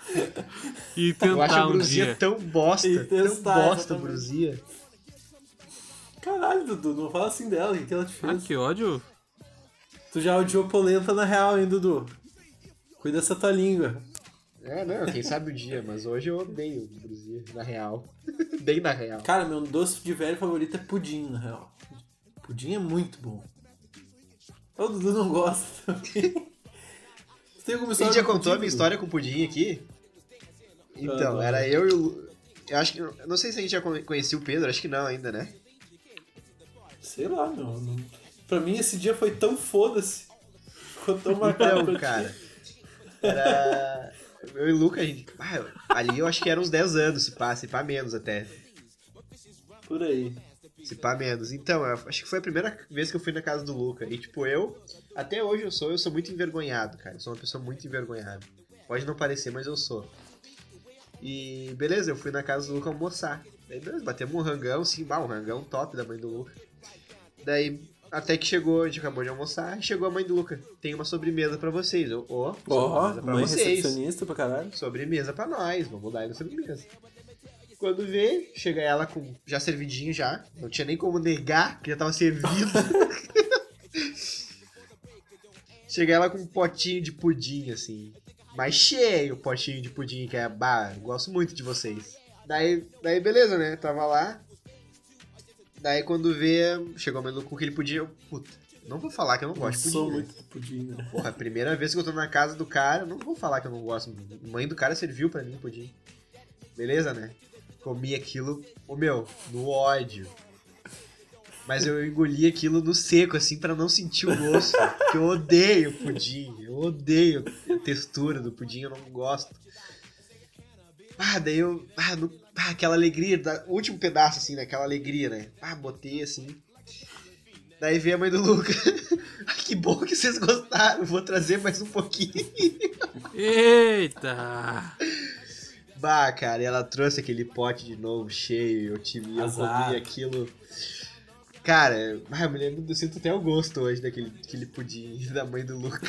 [SPEAKER 4] E
[SPEAKER 3] Eu acho a
[SPEAKER 4] tentar um
[SPEAKER 3] Ambrosia
[SPEAKER 4] dia.
[SPEAKER 3] tão bosta,
[SPEAKER 2] E testar,
[SPEAKER 3] tão bosta a
[SPEAKER 2] exatamente.
[SPEAKER 3] Ambrosia.
[SPEAKER 2] Caralho, Dudu, não fala assim dela, o que que ela te
[SPEAKER 4] Ah,
[SPEAKER 2] fez?
[SPEAKER 4] que ódio.
[SPEAKER 2] Tu já odiou polenta na real, hein, Dudu? Cuida dessa tua língua.
[SPEAKER 3] É, não, quem sabe o dia, mas hoje eu odeio Ambrosia, na real. Bem na real.
[SPEAKER 2] Cara, meu doce de velho favorito é pudim, na real. Pudim é muito bom. O Dudu não gosta também. Você tem alguma
[SPEAKER 3] A
[SPEAKER 2] história
[SPEAKER 3] gente já
[SPEAKER 2] com
[SPEAKER 3] contou a
[SPEAKER 2] pudim,
[SPEAKER 3] minha
[SPEAKER 2] Dudu?
[SPEAKER 3] história com o pudim aqui?
[SPEAKER 2] Ah,
[SPEAKER 3] Então,
[SPEAKER 2] não.
[SPEAKER 3] era eu e o. Lu- Eu acho que. Eu não sei se a gente já con- conhecia o Pedro, acho que não ainda, né?
[SPEAKER 2] Sei lá, meu. Não... Pra mim esse dia foi tão foda-se. Ficou tão marcado.
[SPEAKER 3] Então,
[SPEAKER 2] pra ti.
[SPEAKER 3] cara. Era. Eu e o Luca, a gente. Ah, ali eu acho que era uns 10 anos, se pá, se pá menos até.
[SPEAKER 2] Por aí.
[SPEAKER 3] Se pá menos. Então, eu acho que foi a primeira vez que eu fui na casa do Luca. E tipo, eu. Até hoje eu sou, eu sou muito envergonhado, cara. Eu sou uma pessoa muito envergonhada. Pode não parecer, mas eu sou. E beleza, eu fui na casa do Luca almoçar. Daí beleza, batemos um rangão, sim, bah, um rangão top da mãe do Luca. Daí, até que chegou, a gente acabou de almoçar, e chegou a mãe do Luca. Tem uma sobremesa pra vocês. Eu,
[SPEAKER 2] Ó,
[SPEAKER 3] Ó, sobremesa pra
[SPEAKER 2] mãe
[SPEAKER 3] vocês
[SPEAKER 2] recepcionista pra caralho.
[SPEAKER 3] sobremesa pra nós, vamos dar ele sobremesa. Quando vê, chega ela com já servidinho já, não tinha nem como negar que já tava servido. chega ela com um potinho de pudim assim, mas cheio o potinho de pudim que é, bah, eu gosto muito de vocês. Daí, daí beleza, né? Tava lá. Daí quando vê, chegou o menu com aquele pudim, eu, puta, não vou falar que eu não
[SPEAKER 2] Não
[SPEAKER 3] gosto de pudim.
[SPEAKER 2] sou
[SPEAKER 3] né?
[SPEAKER 2] muito de pudim, né?
[SPEAKER 3] Porra, primeira vez que eu tô na casa do cara, não vou falar que eu não gosto. Mãe do cara serviu pra mim o pudim. Beleza, né? Comi aquilo, ô meu, no ódio. Mas eu engoli aquilo no seco, assim, pra não sentir o gosto. Porque eu odeio pudim. Eu odeio a textura do pudim, eu não gosto. Ah, daí eu. Ah, no- ah, aquela alegria, da- o último pedaço, assim, daquela alegria, né? Ah, botei assim. Daí veio a mãe do Luca. Ai, que bom que vocês gostaram. Vou trazer mais um pouquinho.
[SPEAKER 4] Eita!
[SPEAKER 3] Bah, cara, e ela trouxe aquele pote de novo cheio. Eu tive, eu
[SPEAKER 2] Azar.
[SPEAKER 3] comi aquilo. Cara, ah, eu me lembro, eu sinto até o gosto hoje daquele daquele pudim da mãe do Luca.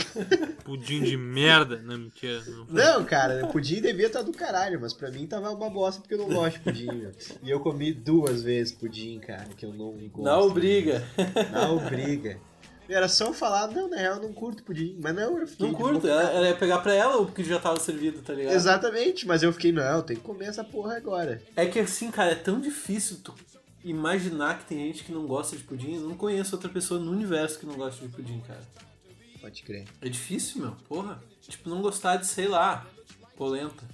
[SPEAKER 4] Pudim de merda. Não, mentira. Não.
[SPEAKER 3] Não, cara, o pudim devia estar do caralho, mas pra mim tava uma bosta porque eu não gosto de pudim. meu. E eu comi duas vezes pudim, cara, que eu não gosto.
[SPEAKER 2] Não obriga.
[SPEAKER 3] Não obriga. Era só eu falar, não, na real eu não curto pudim. Mas não, eu fiquei.
[SPEAKER 2] Não
[SPEAKER 3] de
[SPEAKER 2] curto. Ela, ela ia pegar pra ela ou porque já tava servido, tá ligado?
[SPEAKER 3] Exatamente, mas eu fiquei, não, tem que comer essa porra agora.
[SPEAKER 2] É que assim, cara, é tão difícil tu imaginar que tem gente que não gosta de pudim. Eu não conheço outra pessoa no universo que não gosta de pudim, cara.
[SPEAKER 3] Pode crer.
[SPEAKER 2] É difícil, meu, porra. Tipo, não gostar de, sei lá, polenta.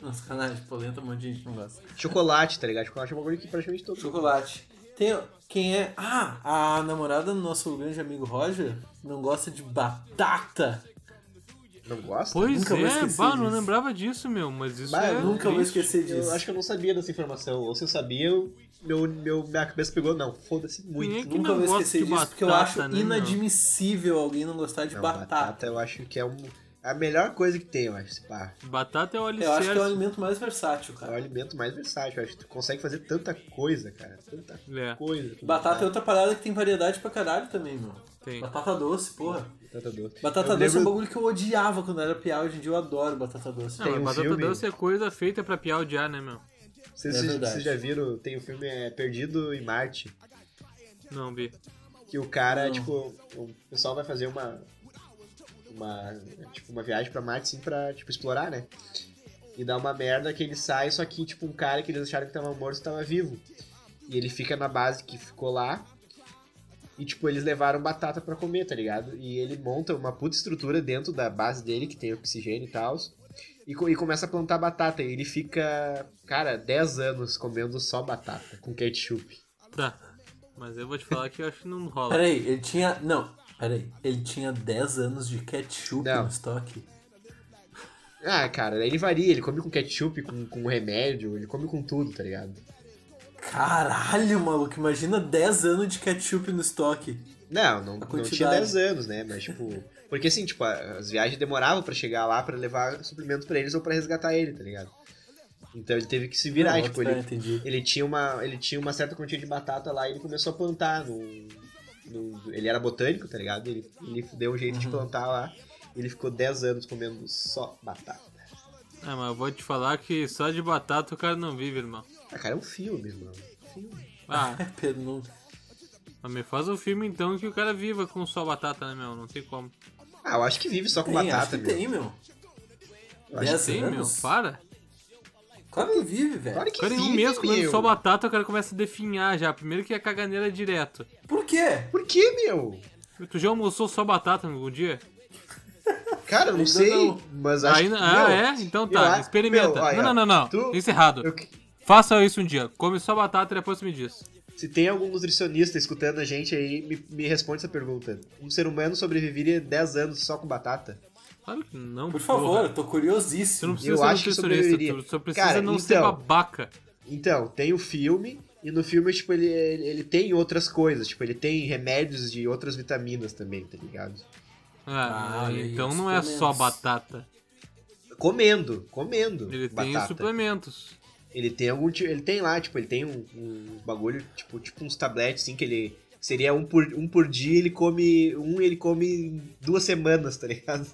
[SPEAKER 2] Nossa, canagem, polenta um monte de gente não gosta.
[SPEAKER 3] Chocolate, tá ligado? Chocolate é um bagulho que praticamente todo
[SPEAKER 2] Chocolate. Tem quem é. Ah, a namorada do nosso grande amigo Roger não gosta de batata.
[SPEAKER 3] não gosta.
[SPEAKER 4] Pois
[SPEAKER 2] Nunca vou
[SPEAKER 4] é,
[SPEAKER 2] esquecer
[SPEAKER 4] bah, não
[SPEAKER 2] disso.
[SPEAKER 4] lembrava disso, meu. Mas isso
[SPEAKER 3] Bah,
[SPEAKER 4] é.
[SPEAKER 3] eu
[SPEAKER 2] nunca vou
[SPEAKER 4] triste.
[SPEAKER 2] esquecer
[SPEAKER 3] Eu
[SPEAKER 2] disso.
[SPEAKER 3] acho que eu não sabia dessa informação. Ou se eu sabia, eu- meu, meu, minha cabeça pegou, não, foda-se
[SPEAKER 4] Quem é
[SPEAKER 3] muito.
[SPEAKER 4] que
[SPEAKER 2] Nunca
[SPEAKER 4] não
[SPEAKER 2] vou
[SPEAKER 4] gosta
[SPEAKER 2] esquecer
[SPEAKER 4] de
[SPEAKER 2] disso,
[SPEAKER 4] batata,
[SPEAKER 2] porque eu acho
[SPEAKER 4] né, meu?
[SPEAKER 2] inadmissível alguém não gostar de
[SPEAKER 3] Não,
[SPEAKER 2] batata.
[SPEAKER 3] eu acho que é um, a melhor coisa que tem, eu acho, esse pá.
[SPEAKER 4] Batata é
[SPEAKER 2] Eu
[SPEAKER 4] o
[SPEAKER 2] acho que é o
[SPEAKER 4] alicerce.
[SPEAKER 2] alimento mais versátil,
[SPEAKER 3] É o
[SPEAKER 2] cara.
[SPEAKER 3] alimento mais versátil, eu acho que tu consegue fazer tanta coisa, cara. Tanta
[SPEAKER 4] É,
[SPEAKER 3] coisa. com
[SPEAKER 2] Batata é outra parada que tem variedade pra caralho também, meu.
[SPEAKER 4] tem.
[SPEAKER 2] Batata doce, porra.
[SPEAKER 3] Batata doce.
[SPEAKER 2] Batata
[SPEAKER 3] Eu
[SPEAKER 2] doce é um
[SPEAKER 3] lembro-
[SPEAKER 2] bagulho que eu odiava quando era piá, hoje em dia eu adoro batata doce.
[SPEAKER 4] Não,
[SPEAKER 3] tem
[SPEAKER 4] mas
[SPEAKER 3] um
[SPEAKER 4] batata
[SPEAKER 3] filme-
[SPEAKER 4] doce é coisa feita pra piar o dia, né, meu?
[SPEAKER 3] Vocês,
[SPEAKER 2] É
[SPEAKER 3] vocês-
[SPEAKER 2] verdade.
[SPEAKER 3] vocês já viram, tem o filme é Perdido em Marte.
[SPEAKER 4] Não, Bi.
[SPEAKER 3] que o cara,
[SPEAKER 2] Não.
[SPEAKER 3] tipo, o pessoal vai fazer uma uma tipo uma viagem pra Marte sim para tipo explorar, né? E dá uma merda que ele sai, só que tipo um cara que eles acharam que tava morto tava vivo. E ele fica na base que ficou lá. E tipo, eles levaram batata pra comer, tá ligado? E ele monta uma puta estrutura dentro da base dele que tem oxigênio e tal. E, co- e começa a plantar batata. E ele fica, cara, 10 anos comendo só batata com ketchup.
[SPEAKER 4] Tá. Mas eu vou te falar que eu acho que não rola.
[SPEAKER 2] Peraí, ele tinha. Não, peraí. Ele tinha 10 anos de ketchup
[SPEAKER 3] Não.
[SPEAKER 2] no estoque.
[SPEAKER 3] Ah, cara, daí ele varia, ele come com ketchup, com, com remédio, ele come com tudo, tá ligado?
[SPEAKER 2] Caralho, maluco, imagina 10 anos de ketchup no estoque.
[SPEAKER 3] Não, não, não tinha
[SPEAKER 2] quantidade.
[SPEAKER 3] 10 anos, né? Mas, tipo. Porque assim, tipo, a- as viagens demoravam pra chegar lá pra levar suplemento pra eles ou pra resgatar ele, tá ligado? Então ele teve que se virar,
[SPEAKER 2] Não,
[SPEAKER 3] tipo,
[SPEAKER 2] tá,
[SPEAKER 3] ele,
[SPEAKER 2] entendi.
[SPEAKER 3] ele tinha uma, ele tinha uma certa quantia de batata lá e ele começou a plantar. num- num- ele era botânico, tá ligado? Ele, ele deu um
[SPEAKER 2] Uhum.
[SPEAKER 3] jeito de plantar lá. Ele ficou 10 anos comendo só batata.
[SPEAKER 4] Ah, mas eu vou te falar que só de batata o cara não vive, irmão.
[SPEAKER 3] Ah, cara, é um filme, irmão. um Filme.
[SPEAKER 4] Ah,
[SPEAKER 2] É, Pedro, não.
[SPEAKER 4] mas me faz um filme então que o cara viva com só batata, né, meu? Não tem como.
[SPEAKER 3] Ah, eu acho que vive só com
[SPEAKER 2] Tem, acho
[SPEAKER 3] batata,
[SPEAKER 2] que
[SPEAKER 3] meu.
[SPEAKER 2] tem, meu.
[SPEAKER 3] Eu acho
[SPEAKER 2] 10
[SPEAKER 4] Tem, meu?
[SPEAKER 2] anos?
[SPEAKER 4] Para.
[SPEAKER 2] Claro que vive, velho.
[SPEAKER 3] Claro que
[SPEAKER 4] O cara em um
[SPEAKER 3] vive,
[SPEAKER 4] mês comendo
[SPEAKER 3] meu.
[SPEAKER 4] só batata, o cara começa a definhar já. Primeiro que é caganeira direto.
[SPEAKER 2] Por quê?
[SPEAKER 3] Por que, meu?
[SPEAKER 4] Tu já almoçou só batata algum dia?
[SPEAKER 3] Cara, eu não
[SPEAKER 2] Ainda
[SPEAKER 3] sei,
[SPEAKER 2] não.
[SPEAKER 3] mas acho
[SPEAKER 4] Ainda-
[SPEAKER 3] que. meu,
[SPEAKER 4] ah, é? Então
[SPEAKER 3] eu
[SPEAKER 4] tá,
[SPEAKER 3] acho-
[SPEAKER 4] experimenta.
[SPEAKER 3] meu, aí, ó,
[SPEAKER 4] não, não, não, não.
[SPEAKER 3] tu-
[SPEAKER 4] Isso é errado.
[SPEAKER 3] eu que-
[SPEAKER 4] Faça isso um dia. Come só batata e depois tu me diz.
[SPEAKER 3] se tem algum nutricionista escutando a gente aí, me, me responde essa pergunta. Um ser humano sobreviveria 10 anos só com batata?
[SPEAKER 4] Claro que não.
[SPEAKER 2] Por
[SPEAKER 4] porra.
[SPEAKER 2] favor, eu tô
[SPEAKER 4] Tu não
[SPEAKER 2] curiosíssimo.
[SPEAKER 4] precisa
[SPEAKER 3] Eu
[SPEAKER 4] ser
[SPEAKER 3] acho que
[SPEAKER 4] nutricionista,
[SPEAKER 3] sobreviveria.
[SPEAKER 4] tu só precisa
[SPEAKER 3] Cara,
[SPEAKER 4] não ser
[SPEAKER 3] então.
[SPEAKER 4] babaca.
[SPEAKER 3] Então, tem o filme, e no filme, tipo, ele, ele, ele tem outras coisas. Tipo, ele tem remédios de outras vitaminas também, tá ligado?
[SPEAKER 4] Ah,
[SPEAKER 2] Ah, olha aí,
[SPEAKER 4] então
[SPEAKER 2] os
[SPEAKER 4] não é só
[SPEAKER 2] suplementos.
[SPEAKER 4] batata.
[SPEAKER 3] Comendo, comendo.
[SPEAKER 4] Ele tem
[SPEAKER 3] batata.
[SPEAKER 4] suplementos.
[SPEAKER 3] Ele tem algum tipo. Ele tem lá, tipo, ele tem um, um bagulho, tipo, tipo uns tabletes, assim, que ele. Seria um por, um por dia, ele come. Um ele come em duas semanas, tá ligado?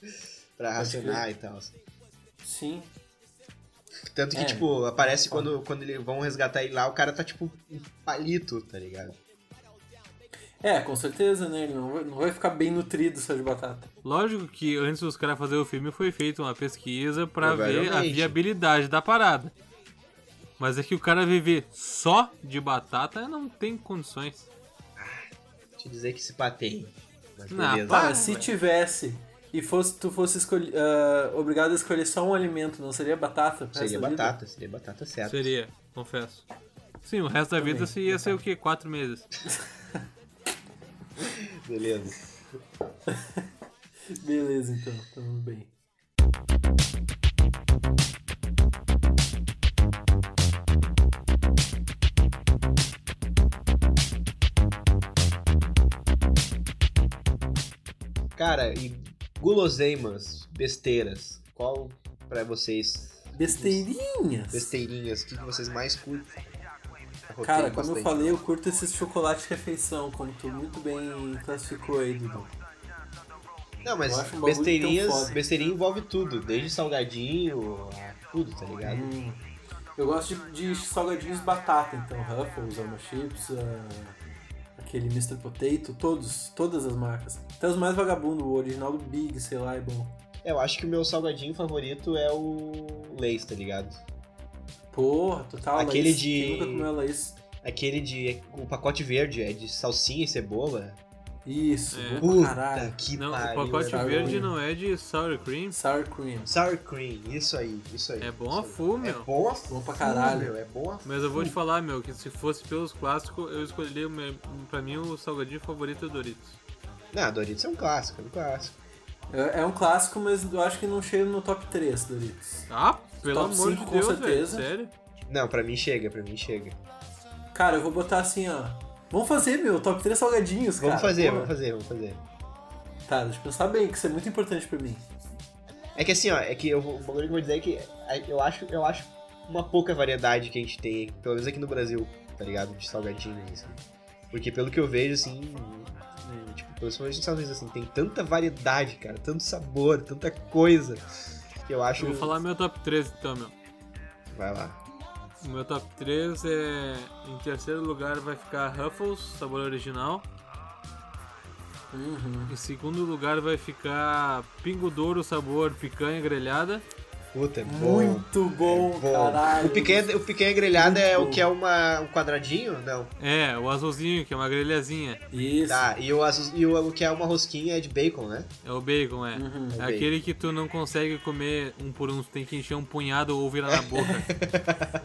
[SPEAKER 3] pra racionar e tal. assim.
[SPEAKER 2] Sim.
[SPEAKER 3] Tanto que,
[SPEAKER 2] É.
[SPEAKER 3] tipo, aparece quando, quando eles vão resgatar ele lá, o cara tá, tipo, um palito, tá ligado?
[SPEAKER 2] É, com certeza, né? Ele não vai, não vai ficar bem nutrido só de batata.
[SPEAKER 4] Lógico que antes dos caras fazerem o filme foi feita uma pesquisa pra ver a
[SPEAKER 3] Provavelmente.
[SPEAKER 4] viabilidade da parada. Mas é que o cara viver só de batata não tem condições.
[SPEAKER 3] Te dizer que se patei. Mas
[SPEAKER 4] Ah,
[SPEAKER 3] beleza.
[SPEAKER 4] para,
[SPEAKER 2] Tá, mas se tivesse e fosse, tu fosse escolher, obrigado a escolher só um alimento, não seria batata? pro
[SPEAKER 3] Seria
[SPEAKER 2] resto da vida?
[SPEAKER 3] batata, seria batata
[SPEAKER 2] É.
[SPEAKER 3] certa.
[SPEAKER 4] Seria, confesso. Sim, o resto da vida se
[SPEAKER 2] né,
[SPEAKER 4] ia ser o quê? Quatro meses.
[SPEAKER 3] Beleza.
[SPEAKER 2] Beleza, então, tamo bem.
[SPEAKER 3] Cara, e guloseimas, besteiras. Qual pra vocês
[SPEAKER 2] Besteirinhas.
[SPEAKER 3] besteirinhas, o que que vocês mais curtem? Arrotei
[SPEAKER 2] Cara, como eu
[SPEAKER 3] bastante. né?
[SPEAKER 2] falei, eu curto esses chocolates refeição, como tu muito bem classificou aí, Dudu.
[SPEAKER 3] Não, mas
[SPEAKER 2] eu acho um bagulho tão
[SPEAKER 3] besteirinhas,
[SPEAKER 2] foda.
[SPEAKER 3] besteirinha envolve tudo, desde salgadinho, a tudo, tá ligado?
[SPEAKER 2] Hum, eu gosto de, de salgadinhos batata, então, Ruffles, Alma Chips, ah, aquele Mr. Potato, todos, todas as marcas. Até os mais vagabundos, o original do Big, sei lá, é bom.
[SPEAKER 3] Eu acho que o meu salgadinho favorito é o Lays, tá ligado?
[SPEAKER 2] Porra, total,
[SPEAKER 3] Aquele
[SPEAKER 2] Laís.
[SPEAKER 3] de-
[SPEAKER 2] Quem nunca comeu Laís?
[SPEAKER 3] Aquele de é, o pacote verde é de salsinha e cebola.
[SPEAKER 2] Isso,
[SPEAKER 4] É.
[SPEAKER 2] bom
[SPEAKER 3] Puta
[SPEAKER 2] pra caralho.
[SPEAKER 3] que
[SPEAKER 4] Não, o
[SPEAKER 3] pariu,
[SPEAKER 4] pacote
[SPEAKER 3] era
[SPEAKER 4] verde
[SPEAKER 3] ruim.
[SPEAKER 4] não é de sour cream.
[SPEAKER 2] Sour cream.
[SPEAKER 3] Sour cream, isso aí, isso aí.
[SPEAKER 4] É bom
[SPEAKER 3] isso
[SPEAKER 4] a
[SPEAKER 3] aí.
[SPEAKER 4] full,
[SPEAKER 3] É
[SPEAKER 4] meu.
[SPEAKER 3] bom a full,
[SPEAKER 2] Bom pra caralho.
[SPEAKER 3] meu, é bom a full.
[SPEAKER 4] Mas eu vou te falar, meu, que se fosse pelos clássicos, eu escolheria o meu- pra mim o salgadinho favorito é o Doritos.
[SPEAKER 3] Não, Doritos é um clássico, é um clássico.
[SPEAKER 2] É é um clássico, mas eu acho que não chega no top 3, Doritos.
[SPEAKER 4] Ah, pelo
[SPEAKER 2] Top
[SPEAKER 4] amor
[SPEAKER 2] cinco,
[SPEAKER 4] de
[SPEAKER 2] com
[SPEAKER 4] Deus, velho.
[SPEAKER 2] certeza.
[SPEAKER 4] Sério?
[SPEAKER 3] Não, pra mim chega, pra mim chega.
[SPEAKER 2] Cara, eu vou botar assim, ó. Vamos fazer, meu, top 3 salgadinhos,
[SPEAKER 3] Vamos
[SPEAKER 2] cara.
[SPEAKER 3] fazer,
[SPEAKER 2] Pô.
[SPEAKER 3] vamos fazer, vamos fazer.
[SPEAKER 2] Tá, deixa eu pensar bem, que isso é muito importante pra mim.
[SPEAKER 3] É que assim, ó, é que eu, vou- o bagulho que eu vou dizer é que a- eu acho, eu acho uma pouca variedade que a gente tem, pelo menos aqui no Brasil, tá ligado? De salgadinhos, assim. Porque pelo que eu vejo, assim, hum, tipo, principalmente nos Estados Unidos, assim, tem tanta variedade, cara, tanto sabor, tanta coisa, que eu acho...
[SPEAKER 2] Hum.
[SPEAKER 4] Eu vou falar meu top 3 então, meu.
[SPEAKER 3] Vai lá.
[SPEAKER 4] O meu top 3 é. Em terceiro lugar vai ficar Ruffles, sabor original.
[SPEAKER 2] Uhum.
[SPEAKER 4] Uhum. Em segundo lugar vai ficar Pingo Douro, sabor picanha grelhada.
[SPEAKER 3] Puta, é bom. é
[SPEAKER 2] Muito bom,
[SPEAKER 3] Bom,
[SPEAKER 2] caralho.
[SPEAKER 3] O picanha, o picanha grelhada é
[SPEAKER 2] Muito
[SPEAKER 3] o que é uma, um quadradinho? Não.
[SPEAKER 4] É, o azulzinho, que é uma grelhazinha.
[SPEAKER 2] Isso.
[SPEAKER 3] Tá, e o, azul- e o, o que é uma rosquinha é de bacon, né?
[SPEAKER 4] É o bacon, é.
[SPEAKER 2] Uhum.
[SPEAKER 3] O
[SPEAKER 4] é aquele que tu não consegue comer um por um, tu tem que encher um punhado ou virar na boca.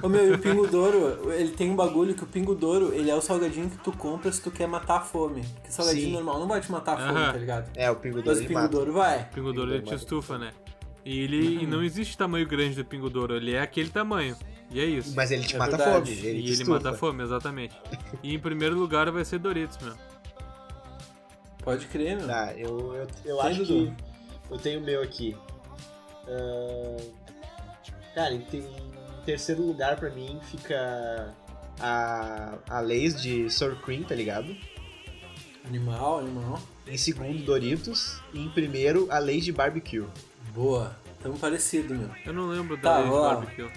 [SPEAKER 2] Ô meu, e o Pingo Douro, ele tem um bagulho que o Pingo Douro, ele é o salgadinho que tu compra se tu quer matar a fome. Porque salgadinho
[SPEAKER 3] Sim.
[SPEAKER 2] normal não vai te matar a fome,
[SPEAKER 4] Aham.
[SPEAKER 2] tá ligado?
[SPEAKER 3] É, o pingo
[SPEAKER 2] Mas
[SPEAKER 3] doce
[SPEAKER 2] o
[SPEAKER 3] ele
[SPEAKER 2] Pingo
[SPEAKER 3] mata.
[SPEAKER 2] Douro vai.
[SPEAKER 4] O pingo douro ele te estufa, né? E ele e não existe tamanho grande do pingo douro, ele é aquele tamanho. E é isso.
[SPEAKER 3] Mas ele te
[SPEAKER 2] É
[SPEAKER 3] mata a
[SPEAKER 2] verdade.
[SPEAKER 3] fome. Ele
[SPEAKER 4] e
[SPEAKER 3] te
[SPEAKER 4] ele
[SPEAKER 3] estufa.
[SPEAKER 4] mata a fome, exatamente. E em primeiro lugar vai ser Doritos, meu.
[SPEAKER 2] Pode crer, meu.
[SPEAKER 3] Tá, eu, eu, eu
[SPEAKER 2] Tem,
[SPEAKER 3] acho
[SPEAKER 2] Dudu?
[SPEAKER 3] que eu tenho o meu aqui. Ahn, cara, em, te- em terceiro lugar pra mim fica a, a Lays de Sour Cream, tá ligado?
[SPEAKER 2] Animal, animal.
[SPEAKER 3] Em segundo, Doritos. E em primeiro, a Lays de Barbecue.
[SPEAKER 2] Boa. Tamo parecido, meu.
[SPEAKER 4] Eu não lembro da
[SPEAKER 2] Tá,
[SPEAKER 4] lei de
[SPEAKER 2] vamos lá.
[SPEAKER 4] barbecue.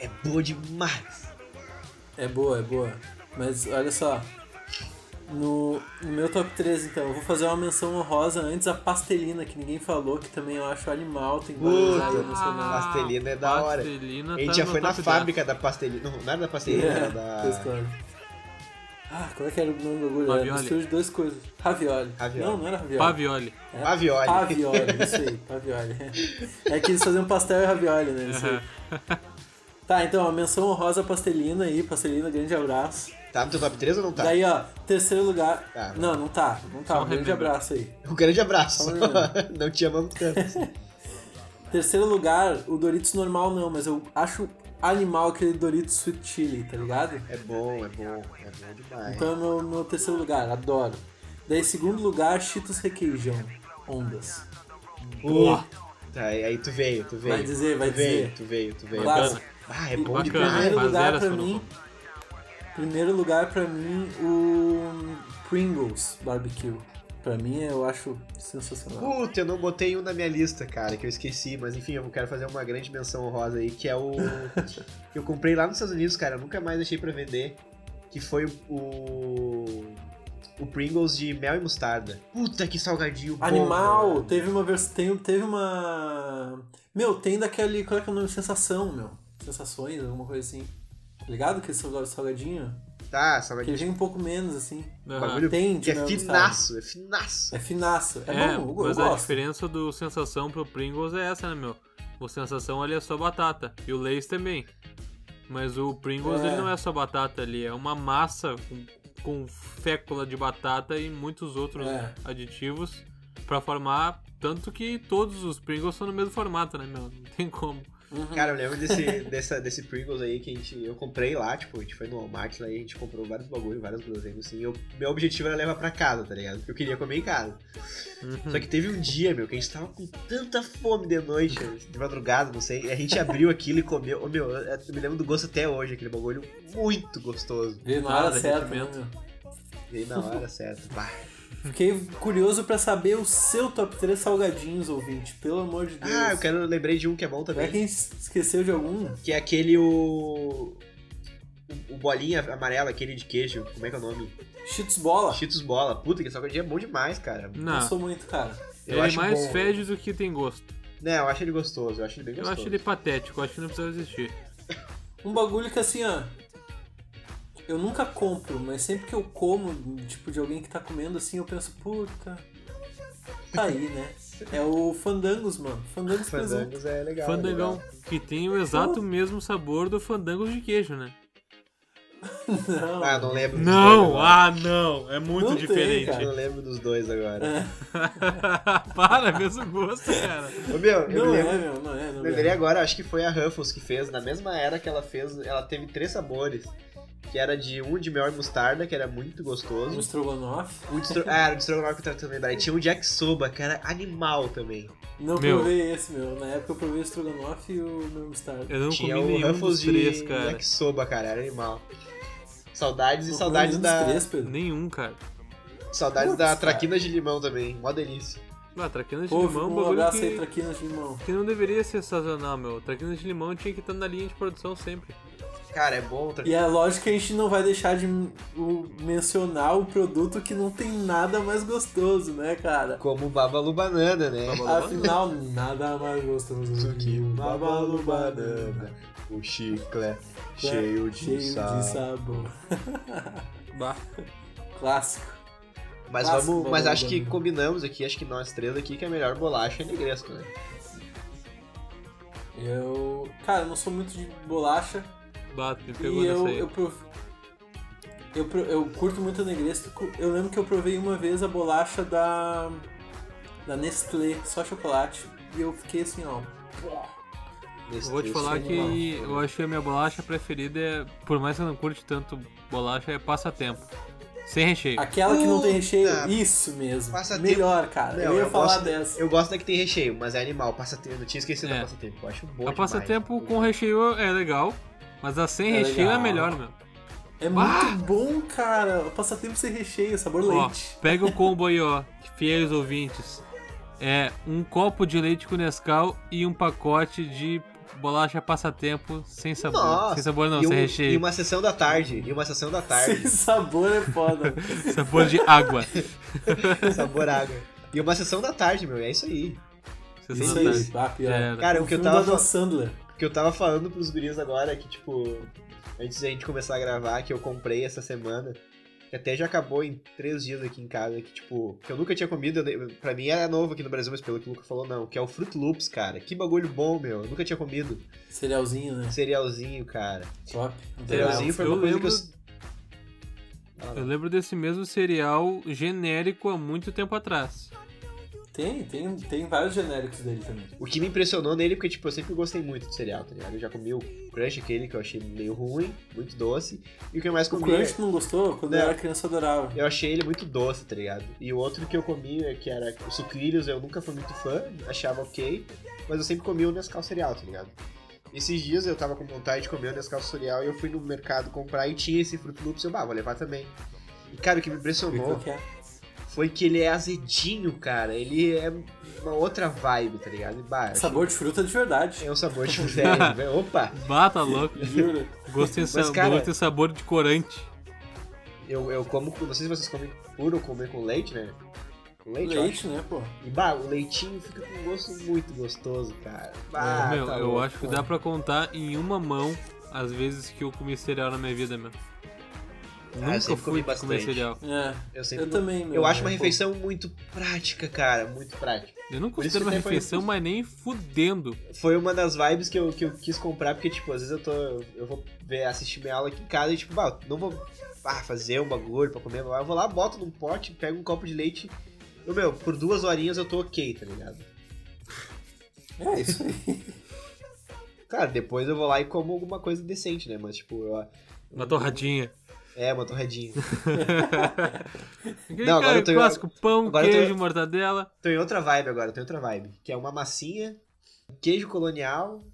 [SPEAKER 3] É boa demais.
[SPEAKER 2] É boa, é boa. Mas olha só. No, no meu top 3, então, eu vou fazer uma menção honrosa antes a pastelina, que ninguém falou, que também eu acho animal, tem que valorizar e
[SPEAKER 3] Puta.
[SPEAKER 2] mencionar.
[SPEAKER 3] pastelina é da hora.
[SPEAKER 4] Pastelina
[SPEAKER 3] A gente
[SPEAKER 4] tá
[SPEAKER 3] já
[SPEAKER 4] no
[SPEAKER 3] foi na
[SPEAKER 4] top 10.
[SPEAKER 3] fábrica da pastelina. Não, não era da
[SPEAKER 2] É,
[SPEAKER 3] pastelina, era da
[SPEAKER 2] Tô escutando. Ah, qual é que era o nome do bagulho?
[SPEAKER 4] Ravioli.
[SPEAKER 2] Era mistura de duas coisas. Ravioli.
[SPEAKER 3] Ravioli.
[SPEAKER 2] Não, não era ravioli.
[SPEAKER 4] Pavioli.
[SPEAKER 2] Era
[SPEAKER 3] Pavioli.
[SPEAKER 2] Pavioli, isso aí, pavioli. É que eles faziam pastel e ravioli, né? Isso aí. Tá, então, a menção honrosa à pastelina aí, pastelina, grande abraço.
[SPEAKER 3] Tá no teu top 3 ou não tá?
[SPEAKER 2] Daí, ó, terceiro lugar.
[SPEAKER 3] Tá.
[SPEAKER 2] Não, não tá, não tá.
[SPEAKER 4] Só
[SPEAKER 2] Um grande
[SPEAKER 4] remember.
[SPEAKER 2] abraço aí.
[SPEAKER 3] Um grande abraço.
[SPEAKER 2] Só um minuto.
[SPEAKER 3] não te amamos tanto. assim.
[SPEAKER 2] Terceiro lugar, o Doritos normal não, mas eu acho animal aquele Doritos Sweet Chili, tá ligado?
[SPEAKER 3] É bom, é bom. É bom demais.
[SPEAKER 2] Então é meu, meu terceiro lugar, adoro. Daí, segundo lugar, Cheetos Requeijão. Ondas.
[SPEAKER 3] Tá, aí aí tu veio, tu veio.
[SPEAKER 2] Vai dizer, vai
[SPEAKER 3] tu veio,
[SPEAKER 2] dizer.
[SPEAKER 3] Tu veio, tu veio.
[SPEAKER 2] Clássico.
[SPEAKER 3] Ah, é bom
[SPEAKER 4] Bacana.
[SPEAKER 3] demais.
[SPEAKER 2] Primeiro
[SPEAKER 4] faz
[SPEAKER 2] lugar
[SPEAKER 4] eras
[SPEAKER 2] pra
[SPEAKER 4] que eu não
[SPEAKER 2] mim. Primeiro lugar pra mim, o Pringles Barbecue. Pra mim, eu acho sensacional.
[SPEAKER 3] Puta, eu não botei um na minha lista, cara, que eu esqueci, mas enfim, eu quero fazer uma grande menção honrosa aí, que é o. que eu comprei lá nos Estados Unidos, cara, eu nunca mais achei pra vender. Que foi o. O Pringles de mel e mostarda. Puta que salgadinho bom.
[SPEAKER 2] Animal!
[SPEAKER 3] cara.
[SPEAKER 2] Teve uma versão. Tem, teve uma. Meu, tem daquele. Qual é que é o nome? Sensação, meu. Sensações, alguma coisa assim. Tá ligado? Que salgadinho?
[SPEAKER 3] Tá,
[SPEAKER 2] Que né,
[SPEAKER 3] salgadinho.
[SPEAKER 2] vem um pouco menos, assim.
[SPEAKER 3] Um
[SPEAKER 4] Aham.
[SPEAKER 3] bagulho
[SPEAKER 2] Tem de
[SPEAKER 3] que é
[SPEAKER 2] mel e
[SPEAKER 3] finaço, é finaço.
[SPEAKER 2] É finaço. É,
[SPEAKER 4] É,
[SPEAKER 2] bom, eu, eu
[SPEAKER 4] mas a
[SPEAKER 2] gosto.
[SPEAKER 4] diferença do sensação pro Pringles é essa, né, meu? O sensação ali é só batata. E o Lays também. Mas o Pringles
[SPEAKER 2] É.
[SPEAKER 4] ele não é só batata ali, é uma massa com, com fécula de batata e muitos outros
[SPEAKER 2] É.
[SPEAKER 4] aditivos pra formar. Tanto que todos os Pringles são no mesmo formato, né, meu? Não tem como.
[SPEAKER 3] Cara, eu lembro desse, dessa, desse Pringles aí que a gente, eu comprei lá, tipo, a gente foi no Walmart lá e a gente comprou vários bagulho, vários groselhas assim. Eu, meu objetivo era levar pra casa, tá ligado? Porque eu queria comer em casa.
[SPEAKER 4] Hum.
[SPEAKER 2] Uhum.
[SPEAKER 3] Só que teve um dia, meu, que a gente tava com tanta fome de noite, de madrugada, não sei, e a gente abriu aquilo e comeu. Ô, meu, eu eu me lembro do gosto até hoje, aquele bagulho muito gostoso.
[SPEAKER 2] Veio na
[SPEAKER 4] Nada,
[SPEAKER 2] hora certa, né,
[SPEAKER 4] rendimento.
[SPEAKER 2] meu?
[SPEAKER 3] Veio na hora certa. Bah.
[SPEAKER 2] Fiquei curioso pra saber o seu top 3 salgadinhos, ouvinte. Pelo amor de Deus.
[SPEAKER 3] Ah, eu quero, lembrei de um que é bom
[SPEAKER 2] Será
[SPEAKER 3] também.
[SPEAKER 2] que a gente esqueceu de algum?
[SPEAKER 3] Que é aquele o. O o bolinha amarelo, aquele de queijo, como é que é o nome?
[SPEAKER 2] Cheetos Bola?
[SPEAKER 3] Cheetos bola. Puta, que salgadinho é bom demais, cara.
[SPEAKER 2] Não
[SPEAKER 4] Não.
[SPEAKER 2] sou muito, cara.
[SPEAKER 3] Eu
[SPEAKER 4] ele é
[SPEAKER 3] acho
[SPEAKER 4] mais
[SPEAKER 3] bom.
[SPEAKER 4] fede do que tem gosto.
[SPEAKER 3] Não, eu acho ele gostoso, eu acho ele bem
[SPEAKER 4] Eu
[SPEAKER 3] gostoso.
[SPEAKER 4] acho ele patético, eu acho que não precisa existir.
[SPEAKER 2] Um bagulho que assim, ó. Eu nunca compro, mas sempre que eu como, tipo, de alguém que tá comendo assim, eu penso, puta. Tá aí, né? É o Fandangos, mano. Fandangos presunto.
[SPEAKER 3] Fandangos é legal.
[SPEAKER 4] Fandangão,
[SPEAKER 3] legal.
[SPEAKER 2] né?
[SPEAKER 4] que tem o exato mesmo sabor do fandango de queijo, né?
[SPEAKER 2] Não.
[SPEAKER 3] Ah, eu não lembro. dos dois
[SPEAKER 4] Não,
[SPEAKER 3] agora.
[SPEAKER 4] ah não, é muito
[SPEAKER 2] Não tem,
[SPEAKER 4] diferente.
[SPEAKER 2] cara.
[SPEAKER 3] Eu não lembro dos dois agora.
[SPEAKER 4] Para, mesmo gosto, cara.
[SPEAKER 3] Ô, meu, eu
[SPEAKER 2] Não
[SPEAKER 3] me
[SPEAKER 2] é,
[SPEAKER 3] lembro.
[SPEAKER 2] meu, não é, não
[SPEAKER 3] Lembrei
[SPEAKER 2] é.
[SPEAKER 3] agora, acho que foi a Ruffles que fez, na mesma era que ela fez, ela teve três sabores. Que era de um de mel e mostarda, que era muito
[SPEAKER 2] Um
[SPEAKER 3] gostoso.
[SPEAKER 2] estrogonofe.
[SPEAKER 3] Um de estro... Ah, era o de estrogonofe que eu tava lembrando. E tinha um de yakisoba, que era animal também.
[SPEAKER 2] Não
[SPEAKER 4] Meu.
[SPEAKER 2] provei esse, meu. Na época eu provei o estrogonofe e o meu mostarda.
[SPEAKER 4] Eu não
[SPEAKER 3] tinha
[SPEAKER 4] comi
[SPEAKER 3] o
[SPEAKER 4] nenhum
[SPEAKER 3] Ruffles
[SPEAKER 4] dos
[SPEAKER 3] de
[SPEAKER 4] três, cara.
[SPEAKER 3] yakisoba, cara, era animal. Saudades e
[SPEAKER 2] Não,
[SPEAKER 3] saudades
[SPEAKER 2] nenhum
[SPEAKER 3] da...
[SPEAKER 2] dos três, Pedro.
[SPEAKER 4] Nenhum, cara.
[SPEAKER 3] Saudades
[SPEAKER 2] Putz,
[SPEAKER 3] da
[SPEAKER 2] cara.
[SPEAKER 3] traquina de limão também, mó delícia.
[SPEAKER 4] Ah, traquinas de
[SPEAKER 2] Pô,
[SPEAKER 4] limão, é um
[SPEAKER 2] um
[SPEAKER 4] bagulho
[SPEAKER 2] abraço aí,
[SPEAKER 4] que,
[SPEAKER 2] traquinas de limão.
[SPEAKER 4] que não deveria ser sazonal, meu. Traquinas de limão tinha que estar na linha de produção sempre.
[SPEAKER 3] Cara, é bom. Tra...
[SPEAKER 2] E é lógico que a gente não vai deixar de o- mencionar o produto que não tem nada mais gostoso, né, cara?
[SPEAKER 3] Como Babalu Banana, né?
[SPEAKER 2] Ah,
[SPEAKER 4] Babalu.
[SPEAKER 2] Afinal, nada mais gostoso
[SPEAKER 3] Do que um o
[SPEAKER 2] Babalu
[SPEAKER 3] Babalu
[SPEAKER 2] Banana.
[SPEAKER 3] Banana. O chiclete cheio de
[SPEAKER 2] Cheio
[SPEAKER 3] sal.
[SPEAKER 2] de sabor.
[SPEAKER 4] Bah.
[SPEAKER 2] Clássico.
[SPEAKER 3] Mas,
[SPEAKER 2] Clássico
[SPEAKER 3] vamos, mas
[SPEAKER 2] Babalu
[SPEAKER 3] acho que
[SPEAKER 2] Banana.
[SPEAKER 3] combinamos aqui, acho que nós três aqui, que a melhor bolacha é negresco, né?
[SPEAKER 2] Eu. Cara, eu não sou muito de bolacha.
[SPEAKER 4] Bato, me pegou
[SPEAKER 2] E eu,
[SPEAKER 4] nessa
[SPEAKER 2] eu,
[SPEAKER 4] aí.
[SPEAKER 2] prov- eu, pro- eu curto muito negresco. Eu lembro que eu provei uma vez a bolacha da. da Nestlé, só chocolate. E eu fiquei assim, ó.
[SPEAKER 3] Nesse
[SPEAKER 4] Vou te
[SPEAKER 3] texto,
[SPEAKER 4] falar
[SPEAKER 3] né?
[SPEAKER 4] que eu acho que a minha bolacha preferida é, por mais que eu não curte tanto bolacha, é passatempo. Sem recheio.
[SPEAKER 2] Aquela Ah, que não tem recheio,
[SPEAKER 3] Puta.
[SPEAKER 2] isso mesmo.
[SPEAKER 3] Passatempo.
[SPEAKER 2] Melhor, cara.
[SPEAKER 3] Não,
[SPEAKER 2] eu ia falar
[SPEAKER 3] gosto,
[SPEAKER 2] dessa.
[SPEAKER 3] Eu gosto da que tem recheio, mas é animal. Passatempo, eu tinha esquecido
[SPEAKER 4] É.
[SPEAKER 3] da passatempo. Eu acho bom
[SPEAKER 4] A
[SPEAKER 3] demais.
[SPEAKER 4] passatempo com recheio é legal, mas a sem
[SPEAKER 2] É
[SPEAKER 4] recheio
[SPEAKER 2] legal.
[SPEAKER 4] é melhor, meu.
[SPEAKER 2] É muito bom, cara. O passatempo sem recheio, sabor
[SPEAKER 4] Ah! Ó,
[SPEAKER 2] leite.
[SPEAKER 4] pega o combo aí, ó, fiéis ouvintes. É um copo de leite com Nescau e um pacote de bolacha passatempo sem sabor.
[SPEAKER 3] Nossa,
[SPEAKER 4] Sem sabor não,
[SPEAKER 3] e,
[SPEAKER 4] sem
[SPEAKER 3] um-
[SPEAKER 4] recheio.
[SPEAKER 3] e uma sessão da tarde. E uma sessão da
[SPEAKER 2] Sem
[SPEAKER 3] tarde.
[SPEAKER 2] sabor é foda.
[SPEAKER 4] Sabor de água.
[SPEAKER 3] sabor água. E uma sessão da tarde, meu. É isso aí.
[SPEAKER 4] Vocês
[SPEAKER 2] isso
[SPEAKER 4] são
[SPEAKER 2] aí.
[SPEAKER 4] notáveis.
[SPEAKER 2] Ah, pior.
[SPEAKER 4] Já era.
[SPEAKER 3] Cara, o que eu
[SPEAKER 2] filme
[SPEAKER 3] tava
[SPEAKER 2] do Adam
[SPEAKER 3] fa-
[SPEAKER 2] Sandler.
[SPEAKER 3] O que eu tava falando pros guris agora é que, tipo, antes da gente começar a gravar, que eu comprei essa semana. Que até já acabou em três dias aqui em casa. Que, tipo, que eu nunca tinha comido. eu nem- Pra mim era novo aqui no Brasil, mas pelo que o Luca falou, não. Que é o Fruit Loops, cara. Que bagulho bom, meu. Eu nunca tinha comido.
[SPEAKER 2] Cerealzinho, né?
[SPEAKER 3] Cerealzinho, cara.
[SPEAKER 2] Top.
[SPEAKER 3] Cerealzinho foi
[SPEAKER 4] É, eu
[SPEAKER 3] uma coisa que
[SPEAKER 4] lembro-
[SPEAKER 3] eu. Ah,
[SPEAKER 4] Eu lembro desse mesmo cereal genérico há muito tempo atrás.
[SPEAKER 2] Tem, tem, tem vários genéricos dele também.
[SPEAKER 3] O que me impressionou nele, porque, tipo, eu sempre gostei muito de cereal, tá ligado? Eu já comi o Crunch, aquele que eu achei meio ruim, muito doce. E o que eu mais
[SPEAKER 2] O
[SPEAKER 3] comi...
[SPEAKER 2] Crunch tu não gostou? Quando eu
[SPEAKER 3] Não.
[SPEAKER 2] era criança eu adorava.
[SPEAKER 3] Eu achei ele muito doce, tá ligado? E o outro que eu comi, é que era o Sucrilhos, eu nunca fui muito fã, achava ok. Mas eu sempre comi o Nescau cereal, tá ligado? Esses dias eu tava com vontade de comer o Nescau cereal e eu fui no mercado comprar e tinha esse Fruit Loops. Eu, bah, vou levar também. E, cara, o que me impressionou
[SPEAKER 2] Qual que é?
[SPEAKER 3] foi que ele é azedinho, cara. Ele é uma outra vibe, tá ligado? E, bah, achei-
[SPEAKER 2] Sabor de fruta de verdade.
[SPEAKER 3] é um sabor de velho, velho. Opa!
[SPEAKER 4] Bata tá louco.
[SPEAKER 2] Juro.
[SPEAKER 4] Gosto em
[SPEAKER 3] Mas,
[SPEAKER 4] sabor,
[SPEAKER 3] cara-
[SPEAKER 4] tem sabor de corante.
[SPEAKER 3] Eu, eu como, com- não sei se vocês comem puro ou comem com leite, né? Com leite, eu acho.
[SPEAKER 2] Leite, né, pô?
[SPEAKER 3] E bah, o leitinho fica com um gosto muito gostoso, cara. Bah,
[SPEAKER 4] É, meu,
[SPEAKER 3] tá
[SPEAKER 4] eu
[SPEAKER 3] louco,
[SPEAKER 4] acho que
[SPEAKER 3] mano.
[SPEAKER 4] dá pra contar em uma mão as vezes que eu comi cereal na minha vida, meu.
[SPEAKER 3] eu
[SPEAKER 4] Nunca
[SPEAKER 3] Ah, sempre
[SPEAKER 4] fui
[SPEAKER 3] comi
[SPEAKER 4] de comer
[SPEAKER 3] bastante.
[SPEAKER 4] cereal.
[SPEAKER 2] É.
[SPEAKER 3] Eu, sempre
[SPEAKER 2] Eu também, meu.
[SPEAKER 3] Eu acho uma
[SPEAKER 2] né, pô.
[SPEAKER 3] refeição muito prática, cara. Muito prática.
[SPEAKER 4] Eu não
[SPEAKER 3] Por isso
[SPEAKER 4] considero uma
[SPEAKER 3] que sempre
[SPEAKER 4] refeição,
[SPEAKER 3] foi-
[SPEAKER 4] mas nem fudendo.
[SPEAKER 3] Foi uma das vibes que eu, que eu quis comprar, porque, tipo, às vezes eu tô. Eu vou ver, assistir minha aula aqui em casa e, tipo, bah, não vou ah, fazer um bagulho pra comer. mas Eu vou lá, boto num pote, pego um copo de leite. Eu, meu, por duas horinhas eu tô ok, tá ligado?
[SPEAKER 2] É isso aí.
[SPEAKER 3] Cara, depois eu vou lá e como alguma coisa decente, né? Mas, tipo, eu,
[SPEAKER 4] Uma torradinha.
[SPEAKER 3] é, uma torradinha.
[SPEAKER 4] Aquele
[SPEAKER 3] Não, agora
[SPEAKER 4] cara
[SPEAKER 3] eu tô-
[SPEAKER 4] clássico, pão,
[SPEAKER 3] agora eu tô-
[SPEAKER 4] queijo, mortadela.
[SPEAKER 3] Tô em outra vibe agora, tô em outra vibe. Que é uma massinha, um queijo colonial,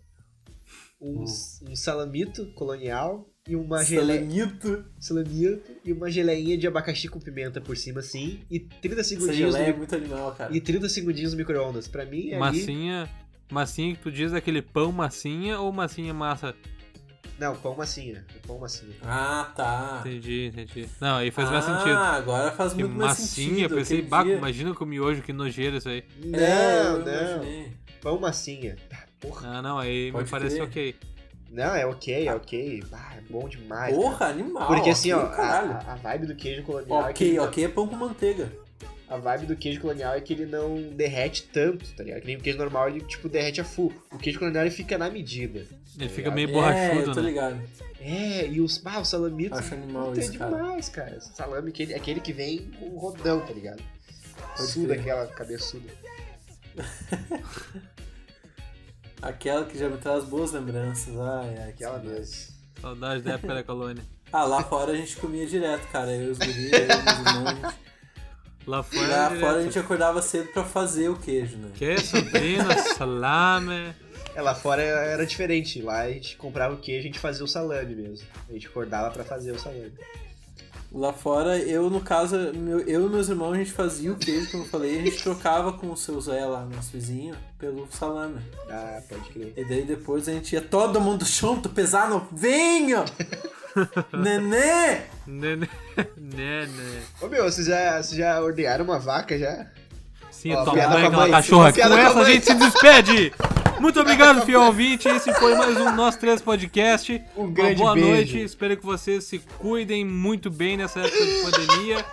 [SPEAKER 2] Hum.
[SPEAKER 3] um, um salamito colonial e uma gele...
[SPEAKER 2] Selenito.
[SPEAKER 3] salamito e uma geleinha de abacaxi com pimenta por cima, assim, e 30
[SPEAKER 2] Essa
[SPEAKER 3] segundinhos
[SPEAKER 2] geleia é
[SPEAKER 3] no...
[SPEAKER 2] muito animal, cara.
[SPEAKER 3] né? e 30 segundinhos no micro-ondas. Pra mim, é ali...
[SPEAKER 4] Massinha. Massinha que tu diz é aquele pão massinha ou massinha massa?
[SPEAKER 3] Não, pão massinha. Pão massinha.
[SPEAKER 2] Ah, tá.
[SPEAKER 4] Entendi, entendi. Não, aí faz mais
[SPEAKER 2] ah,
[SPEAKER 4] sentido.
[SPEAKER 2] agora faz
[SPEAKER 4] Que
[SPEAKER 2] muito mais sentido.
[SPEAKER 4] massinha, eu pensei,
[SPEAKER 2] Aquele
[SPEAKER 4] baco,
[SPEAKER 2] dia-
[SPEAKER 4] imagina com miojo, que nojeira isso aí.
[SPEAKER 3] Não,
[SPEAKER 2] É, eu
[SPEAKER 3] não.
[SPEAKER 2] imaginei.
[SPEAKER 3] Pão massinha. Ah, Porra.
[SPEAKER 4] Ah, não, aí
[SPEAKER 2] Pode
[SPEAKER 4] me parece
[SPEAKER 2] crer.
[SPEAKER 4] ok.
[SPEAKER 3] Não, é ok, é ok. Ah, é bom demais. cara.
[SPEAKER 2] Porra, animal.
[SPEAKER 3] Porque assim, ó,
[SPEAKER 2] ok, caralho.
[SPEAKER 3] a, a vibe do queijo colonial é que
[SPEAKER 2] Ok,
[SPEAKER 3] ele não-
[SPEAKER 2] ok, é pão com manteiga.
[SPEAKER 3] A vibe do queijo colonial é que ele não derrete tanto, tá ligado? Que nem o queijo normal, ele, tipo, derrete a full. O queijo colonial, ele fica na medida.
[SPEAKER 4] Ele fica
[SPEAKER 3] ligado?
[SPEAKER 4] meio
[SPEAKER 2] é, eu tô
[SPEAKER 4] borrachudo, né?
[SPEAKER 2] ligado.
[SPEAKER 3] É, e os... Ah, os salamitos...
[SPEAKER 2] Acho animal
[SPEAKER 3] puta, é
[SPEAKER 2] isso, cara.
[SPEAKER 3] demais, cara. Salame, aquele, aquele que vem com o rodão, tá ligado?
[SPEAKER 2] Pode
[SPEAKER 3] Suda,
[SPEAKER 2] crer.
[SPEAKER 3] aquela cabeçuda.
[SPEAKER 2] Aquela que já me traz boas lembranças. Ai, ai, que
[SPEAKER 3] Aquela
[SPEAKER 2] saudade.
[SPEAKER 3] mesmo.
[SPEAKER 4] Saudade da época da colônia.
[SPEAKER 2] Ah, lá fora a gente comia direto, cara. Eu e os guris, eu e meus irmãos. a gente-
[SPEAKER 4] Lá fora. é
[SPEAKER 2] Lá
[SPEAKER 4] direto.
[SPEAKER 2] fora a gente acordava cedo pra fazer o queijo, né?
[SPEAKER 4] Que sobrina, salame.
[SPEAKER 3] É, lá fora era diferente. Lá a gente comprava o queijo, a gente fazia o salame mesmo. A gente acordava pra fazer o salame.
[SPEAKER 2] Lá fora, eu, no caso, meu- eu e meus irmãos, a gente fazia o queijo, como eu falei, a gente trocava com o seu Zé lá, nosso vizinho, pelo salame.
[SPEAKER 3] Ah, pode crer.
[SPEAKER 2] E daí depois a gente ia todo mundo junto, pesar no vinho! Nenê!
[SPEAKER 4] Né, né, né, né.
[SPEAKER 3] Ô meu, vocês já, vocês já ordenharam uma vaca já?
[SPEAKER 4] Sim,
[SPEAKER 3] Ó,
[SPEAKER 4] tua
[SPEAKER 3] piada
[SPEAKER 4] mãe,
[SPEAKER 3] com a
[SPEAKER 4] aquela
[SPEAKER 3] mãe.
[SPEAKER 4] é cachorra. Com
[SPEAKER 3] Piada com a
[SPEAKER 4] essa a
[SPEAKER 3] mãe.
[SPEAKER 4] gente se despede! Muito obrigado, fiel ouvinte. Esse foi mais um Nós Três Podcast.
[SPEAKER 3] Um
[SPEAKER 4] Uma
[SPEAKER 3] grande
[SPEAKER 4] boa
[SPEAKER 3] beijo.
[SPEAKER 4] noite. Espero que vocês se cuidem muito bem nessa época de pandemia.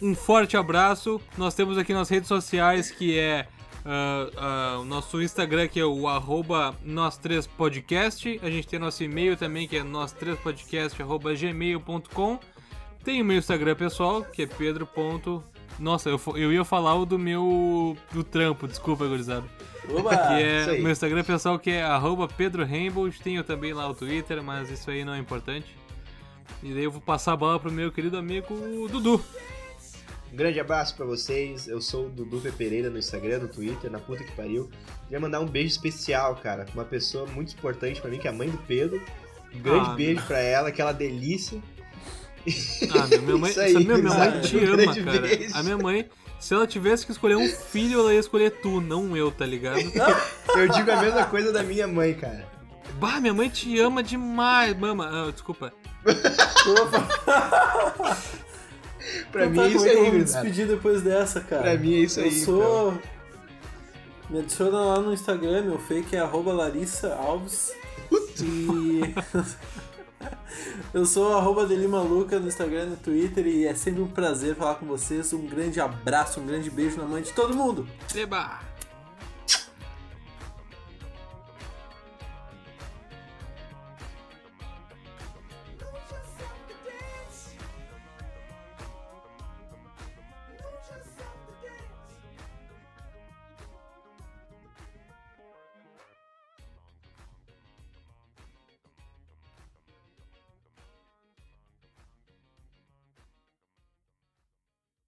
[SPEAKER 4] Um forte abraço. Nós temos aqui nas redes sociais que é ah, ah, o nosso Instagram que é o arroba nós três podcast. A gente tem nosso e-mail também que é nós três podcast arroba gmail.com. Tem o meu Instagram pessoal que é pedro. ponto- Nossa, eu, fo- eu ia falar o do meu do trampo, desculpa, gurizada.
[SPEAKER 2] Oba!
[SPEAKER 4] Que
[SPEAKER 3] Ah, isso
[SPEAKER 4] é
[SPEAKER 3] aí.
[SPEAKER 4] meu Instagram pessoal que é arroba Pedro Rainbows. Tenho também lá o Twitter, mas isso aí não é importante. E daí eu vou passar a bola pro meu querido amigo Dudu.
[SPEAKER 3] Um grande abraço pra vocês. Eu sou o Dudu P. Pereira no Instagram, no Twitter, na puta que pariu. Queria mandar um beijo especial, cara, pra uma pessoa muito importante pra mim, que é a mãe do Pedro. Um grande
[SPEAKER 4] Ah,
[SPEAKER 3] beijo pra ela, aquela delícia.
[SPEAKER 4] Ah, meu, minha mãe,
[SPEAKER 3] Isso aí,
[SPEAKER 4] essa- meu, minha mãe
[SPEAKER 2] cara.
[SPEAKER 4] te
[SPEAKER 3] Um
[SPEAKER 4] ama,
[SPEAKER 3] grande
[SPEAKER 4] cara.
[SPEAKER 3] beijo.
[SPEAKER 4] A minha mãe, se ela tivesse que escolher um filho, ela ia escolher tu, não eu, tá ligado?
[SPEAKER 3] Eu digo a mesma coisa da minha mãe, cara.
[SPEAKER 4] Bah, minha mãe te ama demais, mama. Ah, desculpa.
[SPEAKER 2] Opa!
[SPEAKER 3] Pra
[SPEAKER 2] Então
[SPEAKER 3] mim
[SPEAKER 2] tá,
[SPEAKER 3] é isso
[SPEAKER 2] como que eu
[SPEAKER 3] aí,
[SPEAKER 2] vou me
[SPEAKER 3] gurizada.
[SPEAKER 2] despedir depois dessa, cara.
[SPEAKER 3] Pra mim é isso aí.
[SPEAKER 2] Eu sou. Me adiciona lá no Instagram, meu fake é arroba Larissa Alves. E. Eu sou arroba Delimaluca no Instagram e no Twitter e é sempre um prazer falar com vocês. Um grande abraço, um grande beijo na mãe de todo mundo.
[SPEAKER 4] Eba!